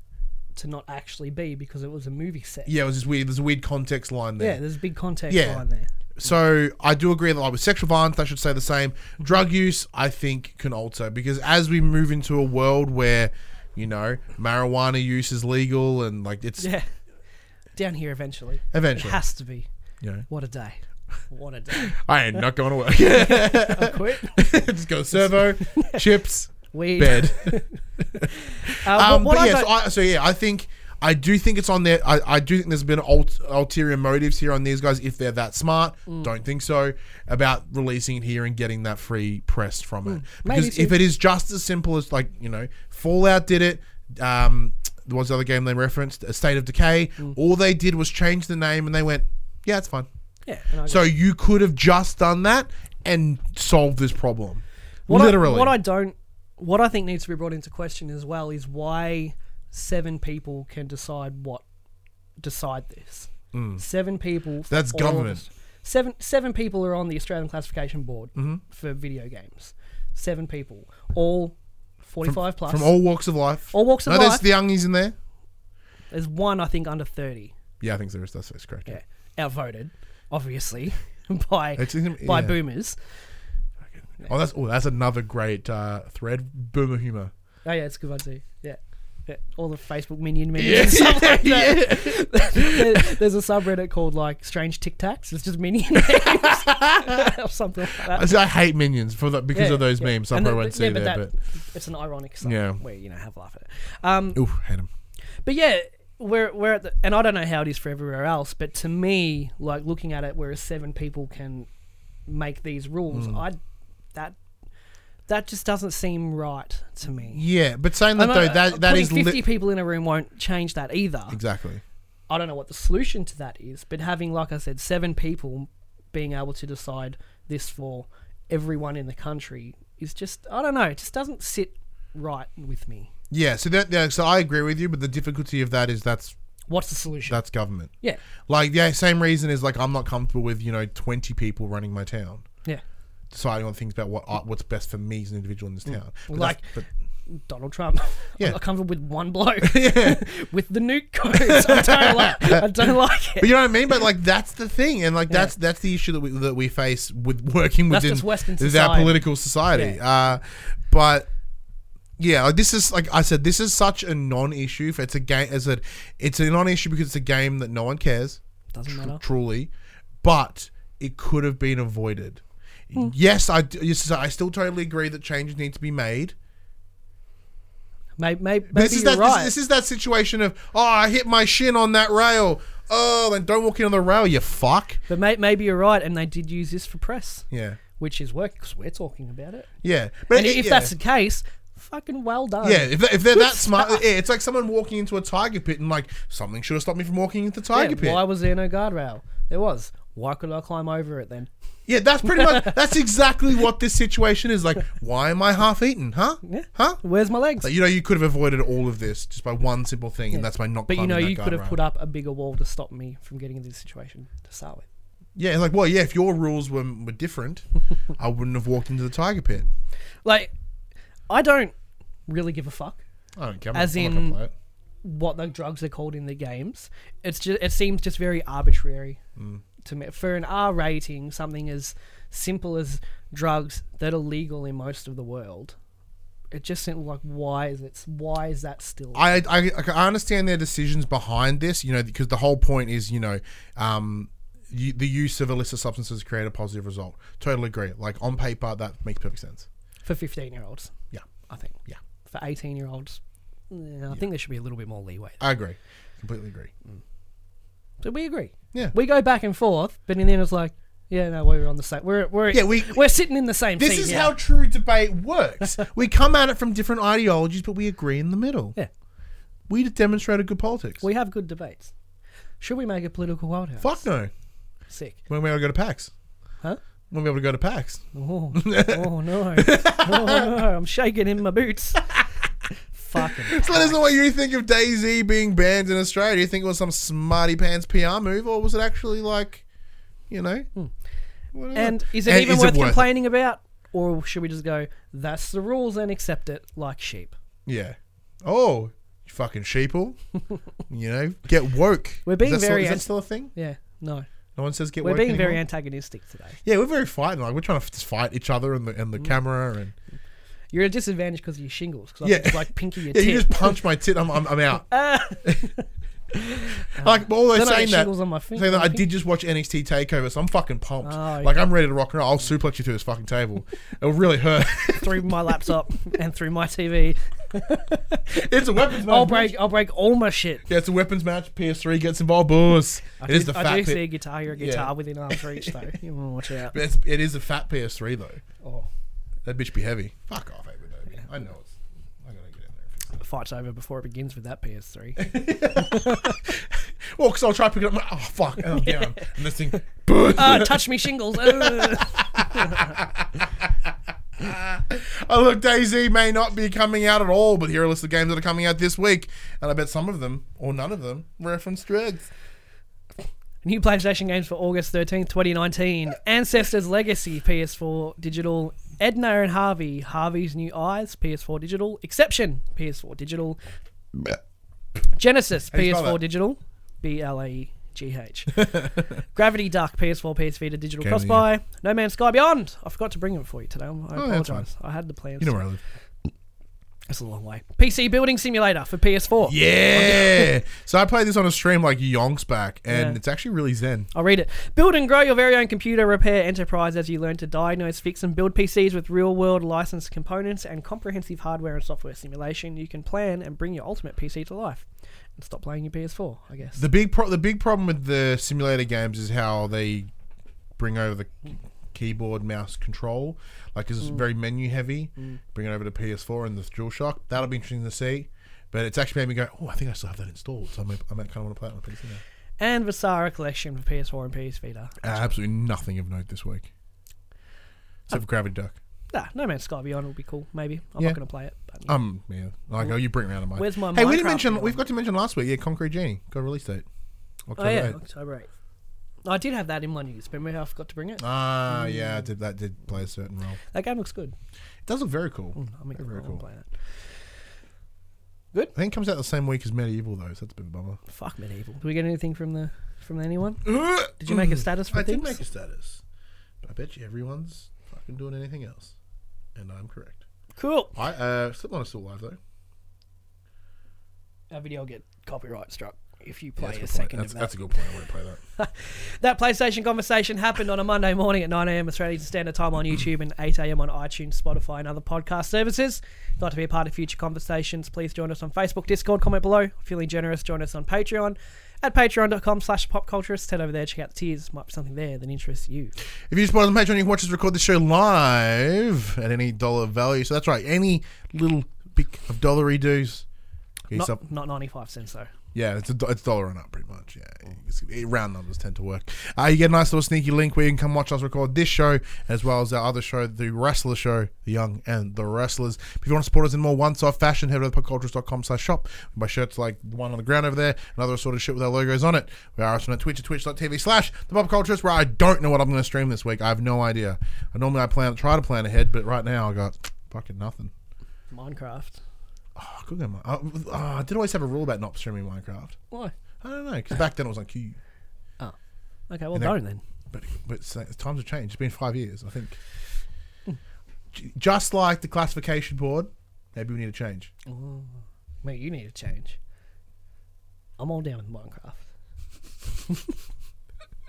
to not actually be because it was a movie set.
yeah, it was just weird. There's a weird context line there.
Yeah, there's a big context
Yeah.
line there.
So I do agree that like with sexual violence, they should say the same. Drug use, I think, can alter because as we move into a world where, you know, marijuana use is legal and like it's
Yeah. <laughs> Down here eventually.
Eventually.
<laughs> It has to be.
you know,
What
<laughs>
a day. What a day.
I ain't not going to work. <laughs>
I quit.
Just go servo, chips,
We
bed.
Uh,
Um, but
what, what I
yeah,
don't-
so, I, so yeah, I think I do think it's on there. I, I do think there's been ult- ulterior motives here on these guys if they're that smart.
Mm.
Don't think so about releasing it here and getting that free press from it
Mm. Maybe
because
too.
if it is just as simple as like you know Fallout did it. Um, what was the other game they referenced? A State of Decay.
Mm.
All they did was change the name and they went, yeah, it's fine.
yeah, and I
So you could have just done that and solved this problem.
What
Literally.
I, what I don't, what I think needs to be brought into question as well is why seven people can decide what decide this. Seven people. for
Mm. That's
all of
government.
us- Seven seven people are on the Australian Classification Board
Mm-hmm.
for video games. Seven people, all forty-five plus.
from all walks of life.
All walks of
no, there's
life.
the youngies in there.
There's one I think under thirty.
Yeah, I think there is. That's, that's correct.
Yeah, outvoted, obviously, <laughs> by
It's in-
by
yeah.
boomers.
Oh, that's oh, that's another great uh, thread. Boomer humor.
Oh yeah, it's a good one too. Yeah. all the Facebook minion minions and
<laughs>
stuff like that. There- <laughs> There's a subreddit called like Strange Tic Tacs. It's just minion <laughs> memes <laughs> or something like that.
I see, I hate minions for the, because
Uh, Yeah,
of those
yeah.
memes. I
And
probably
the-
won't see
yeah,
there, but,
it's an ironic song
Yeah.
where you know have a laugh at it. Um,
ooh, hate them.
but yeah, we're we're at the, and I don't know how it is for everywhere else, but to me, like looking at it, whereas seven people can make these rules,
Hmm.
I that that just doesn't seem right to me.
Yeah, but saying that
And I-
though, that that
putting
is
fifty
li-
people in a room won't change that either.
exactly.
I don't know what the solution to that is, but having, like I said, seven people being able to decide this for everyone in the country is just, I don't know, it just doesn't sit right with me.
Yeah, so that yeah, so I agree with you, but the difficulty of that is that's
What's the solution?
that's government.
yeah,
Like yeah, same reason is like I'm not comfortable with you know 20 people running my town,
yeah.
deciding on things about what I, what's best for me as an individual in this town. But
Mm. Like
that's- but-
Donald Trump. <laughs>
Yeah.
I'm not comfortable with
<laughs>
one bloke <laughs> with the nuke codes. I don't like, I don't like it.
But you know what I mean? But like that's the thing, and like that's that's the issue that we that we face with working
That's
within
just Western
with our
society.
political society. Uh, but yeah, like, this is like I said, this is such a non-issue. If It's a game. As a, it's a non-issue because it's a game that no one cares.
Doesn't matter.
Truly, but it could have been avoided.
Hmm.
Yes, I d- yes, I still totally agree that changes need to be made.
Maybe, maybe,
This is
you're
that.
right.
This, this is that situation of oh, I hit my shin on that rail. Oh, then don't walk in on the rail, you fuck.
but may, maybe you're right, and they did use this for press,
Yeah.
which is work because we're talking about it.
Yeah, but
And
it-
if
yeah.
that's the case, fucking well done.
yeah, if, they- if they're that
<laughs>
smart, yeah, it's like someone walking into a tiger pit and like something should have stopped me from walking into the tiger
Yeah,
pit.
why was there no guardrail? There was. Why could I climb over it then?
<laughs> Yeah, that's pretty
<laughs>
much that's exactly what this situation is like. Why am I half eaten? Huh?
Yeah.
Huh?
Where's my legs?
Like, you know, you could have avoided all of this just by one simple thing, and that's by not.
but you
climbing
know,
that
you could have
guardrail.
put up a bigger wall to stop me from getting into this situation to start with.
Yeah, it's like well, yeah, if your rules were, were
<laughs>
different, I wouldn't have walked into the tiger pit.
Like, I don't really give a fuck
I don't care. I'm
As
not- I'm not gonna
in-
play it.
what the drugs are called in the games. It's just it seems just very arbitrary
Mm.
to me for an R rating. Something as simple as drugs that are legal in most of the world. It just seems like why is it? Why is that still?
I, I I understand their decisions behind this, you know, because the whole point is, you know, um, you, the use of illicit substances create a positive result. Totally agree. Like on paper, that makes perfect sense.
for 15 year olds.
Yeah.
I think.
Yeah.
For 18 year olds, yeah, I think there should be a little bit more leeway.
I agree. Completely agree.
Mm. So we agree.
Yeah.
We go back and forth, but in the end, it's like, yeah, no, we're on the same. We're we're
Yeah, we-
we're sitting in the same.
This
seat
is
here.
how true debate
<laughs>
works. we come at it from different ideologies, but we agree in the middle.
Yeah.
We just demonstrated good politics.
we have good debates. Should we make a political world house?
Fuck no.
Sick,
When we able to go to PAX?
huh?
When we able to go to PAX?
Oh, oh no, oh no! I'm shaking in my boots. Fucking.
So let us know what you think of Daisy being banned in Australia. Do you think it was some smarty pants PR move, or was it actually like, you know? whatever?
<laughs> Hmm. And is it
And
even
is it
worth
worth it?
complaining about, or should we just go? That's the rules and accept it like sheep.
Yeah. Oh, you fucking
<laughs>
sheeple. you know, get woke.
We're being
is that
very
Still, is
anti-
that still a thing?
Yeah, no.
No one says get
We're
woke.
being very
anymore?
antagonistic today.
yeah, we're very fighting. Like we're trying to f- just fight each other and the and
Mm.
the camera and
You're at a disadvantage because of your shingles. Because
Yeah.
I just like pinky your
<laughs> yeah,
tip.
you just punch my tit. I'm I'm, I'm
<laughs>
out. like although
then I
saying
get
that,
shingles on my fin-
saying that,
my
I
fin-
did just watch NXT Takeover, so I'm fucking pumped.
Oh,
like I'm ready to rock and roll. I'll suplex you through this fucking table. It'll really hurt. <laughs>
through my laptop and through my TV.
It's a weapons match.
I'll break. I'll break all my shit.
Yeah, it's a weapons match. PS3 gets involved. Boos. It is the
I
fat.
do
P-
see a guitar. You're a guitar within arm's
<laughs>
reach, though. You want to watch out.
but it's, it is a fat PS3 though.
Oh,
That bitch be heavy. Fuck off, Ava Baby. I know it's. I gotta get in there. and fix it.
the fight's over before it begins with
<laughs>
that PS3.
Well, because I'll try to pick it up. I'm like, oh fuck,
<laughs>
and I'm down. And this thing, boom.
Ah, touch
<laughs>
me shingles. Ugh.
Oh look, Daisy may not be coming out at all, but here are a list of games that are coming out this week, and I bet some of them, or none of them, reference drugs.
New PlayStation games for August 13th, 2019. Ancestors Legacy, PS4 Digital. Edna and Harvey, Harvey's New Eyes, PS4 Digital. Exception, PS4 Digital. Genesis,
How do you spell
PS4
that?
Digital. B L A E G
<laughs>
H. Gravity Duck, PS4, PS Vita Digital
Game of the
Crossbuy. No Man's Sky Beyond. I forgot to bring them for you today. I
Oh, that's fine.
apologise. I had the plans.
You know
to.
where I live.
That's a long way. PC Building Simulator for PS4.
Yeah. so I played this on a stream like yonks back, and
Yeah.
it's actually really zen.
I'll read it. Build and grow your very own computer repair enterprise as you learn to diagnose, fix, and build PCs with real world licensed components and comprehensive hardware and software simulation. You can plan and bring your ultimate PC to life. And stop playing your PS4, I guess.
The big pro- the big problem with the simulator games is how they bring over the keyboard mouse control, like 'cause it's very menu heavy. Bring it over to PS4 and the DualShock. That'll be interesting to see. But it's actually made me go, oh, I think I still have that installed. So I might, I might kind of want to play it on PC now.
and Visara Collection for PS4 and PS Vita.
Absolutely nothing of note this week, except for Gravity Duck.
Nah, No Man's Sky Beyond will be cool, maybe. I'm
Yeah.
not going to play it. But
Um, yeah. Like, oh, you bring around a mic.
Where's my
Hey, we didn't
Minecraft
mention.
thing?
We forgot to mention last week. Yeah, Concrete Genie got a release date. October
Oh, yeah,
8th.
October 8th. I did have that in my news, but maybe I forgot to bring it.
Ah,
Mm.
yeah. Did that did play a certain role?
that game looks good.
It does look very cool.
I'm
Hmm, Very, very
going
cool.
to play that.
I think it comes out the same week as Medieval though, so that's a bit of a bummer.
Fuck medieval. Did we get anything from the from anyone? Did you make a status for
Hmm, I
things?
did make a status. But I bet you everyone's fucking doing anything else, and I'm correct.
cool.
I uh, Slipknot is still alive though.
Our video will get copyright struck if you
Yeah, that's
play
a
a
good point.
second
That's,
of that.
that's a good point. I won't play that.
That PlayStation conversation happened on a Monday morning at 9 a.m. Australian Standard Time on YouTube and 8 a.m. on iTunes, Spotify, and other podcast services. If you'd like to be a part of future conversations, please join us on Facebook, Discord, comment below. Feeling generous, join us on Patreon at patreon.com slash popculturist. Head over there, check out the tiers. Might be something there that interests you.
If you support us on Patreon, you can watch us record the show live at any dollar value. So that's right, any little bit of dollary dues. Get yourself-
Not, not 95 cents, though.
yeah, it's a, do- it's dollar and up pretty much. Yeah, it's, it- round numbers tend to work. Uh, you get a nice little sneaky link where you can come watch us record this show as well as our other show, the Wrestler Show, the Young and the Wrestlers. If you want to support us in more one-off fashion, head over to popcultures.com slash shop. We buy shirts like the one on the ground over there, another assorted shit with our logos on it. We are also on Twitch at twitch.tv slash the popcultures where I don't know what I'm going to stream this week. I have no idea. I normally I plan try to plan ahead, but right now I got fucking nothing.
Minecraft.
Oh, I could go. Min- I, oh, I did always have a rule about not streaming Minecraft.
Why?
I don't know because back then it was on Q.
Okay, well,
And that-
don't then.
But but so- times have changed. It's been five years, I think.
Hmm.
J- Just like the classification board, maybe we need a change.
Mate, you need to change. I'm all down with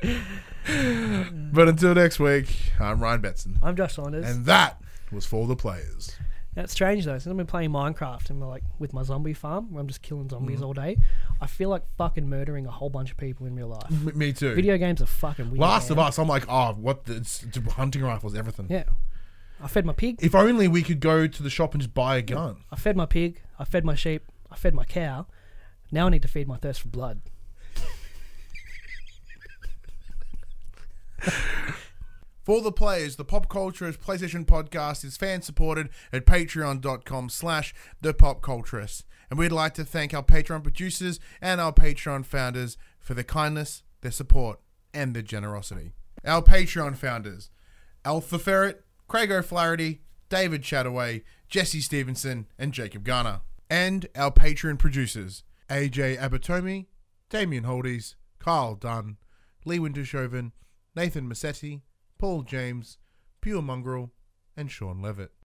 Minecraft. Mm.
But until next week, I'm Ryan Betson,
I'm Josh Saunders.
and that was for the players.
That's strange though. Since I've been playing Minecraft and like with my zombie farm, where I'm just killing
Mm.
zombies all day, I feel like fucking murdering a whole bunch of people in
<laughs>
real life.
M- me too.
Video games are fucking weird.
Last of
man.
Us, I'm like, oh, what? The, it's, it's hunting rifles, everything.
Yeah, I fed my pig.
If only we could go to the shop and just buy a gun.
I fed my pig. I fed my sheep. I fed my cow. Now I need to feed my thirst for blood.
For the players, the Pop Culturist PlayStation podcast is fan supported at patreon.com slash the Pop Culturist. And we'd like to thank our Patreon producers and our Patreon founders for their kindness, their support, and their generosity. Our Patreon founders, Alpha Ferret, Craig O'Flaherty, David Chataway, Jesse Stevenson, and Jacob Garner. And our Patreon producers, AJ Abatomi, Damien Holdies, Kyle Dunn, Lee Wintershoven, Nathan Massetti, Paul James, Pure Mongrel, and Sean Levitt.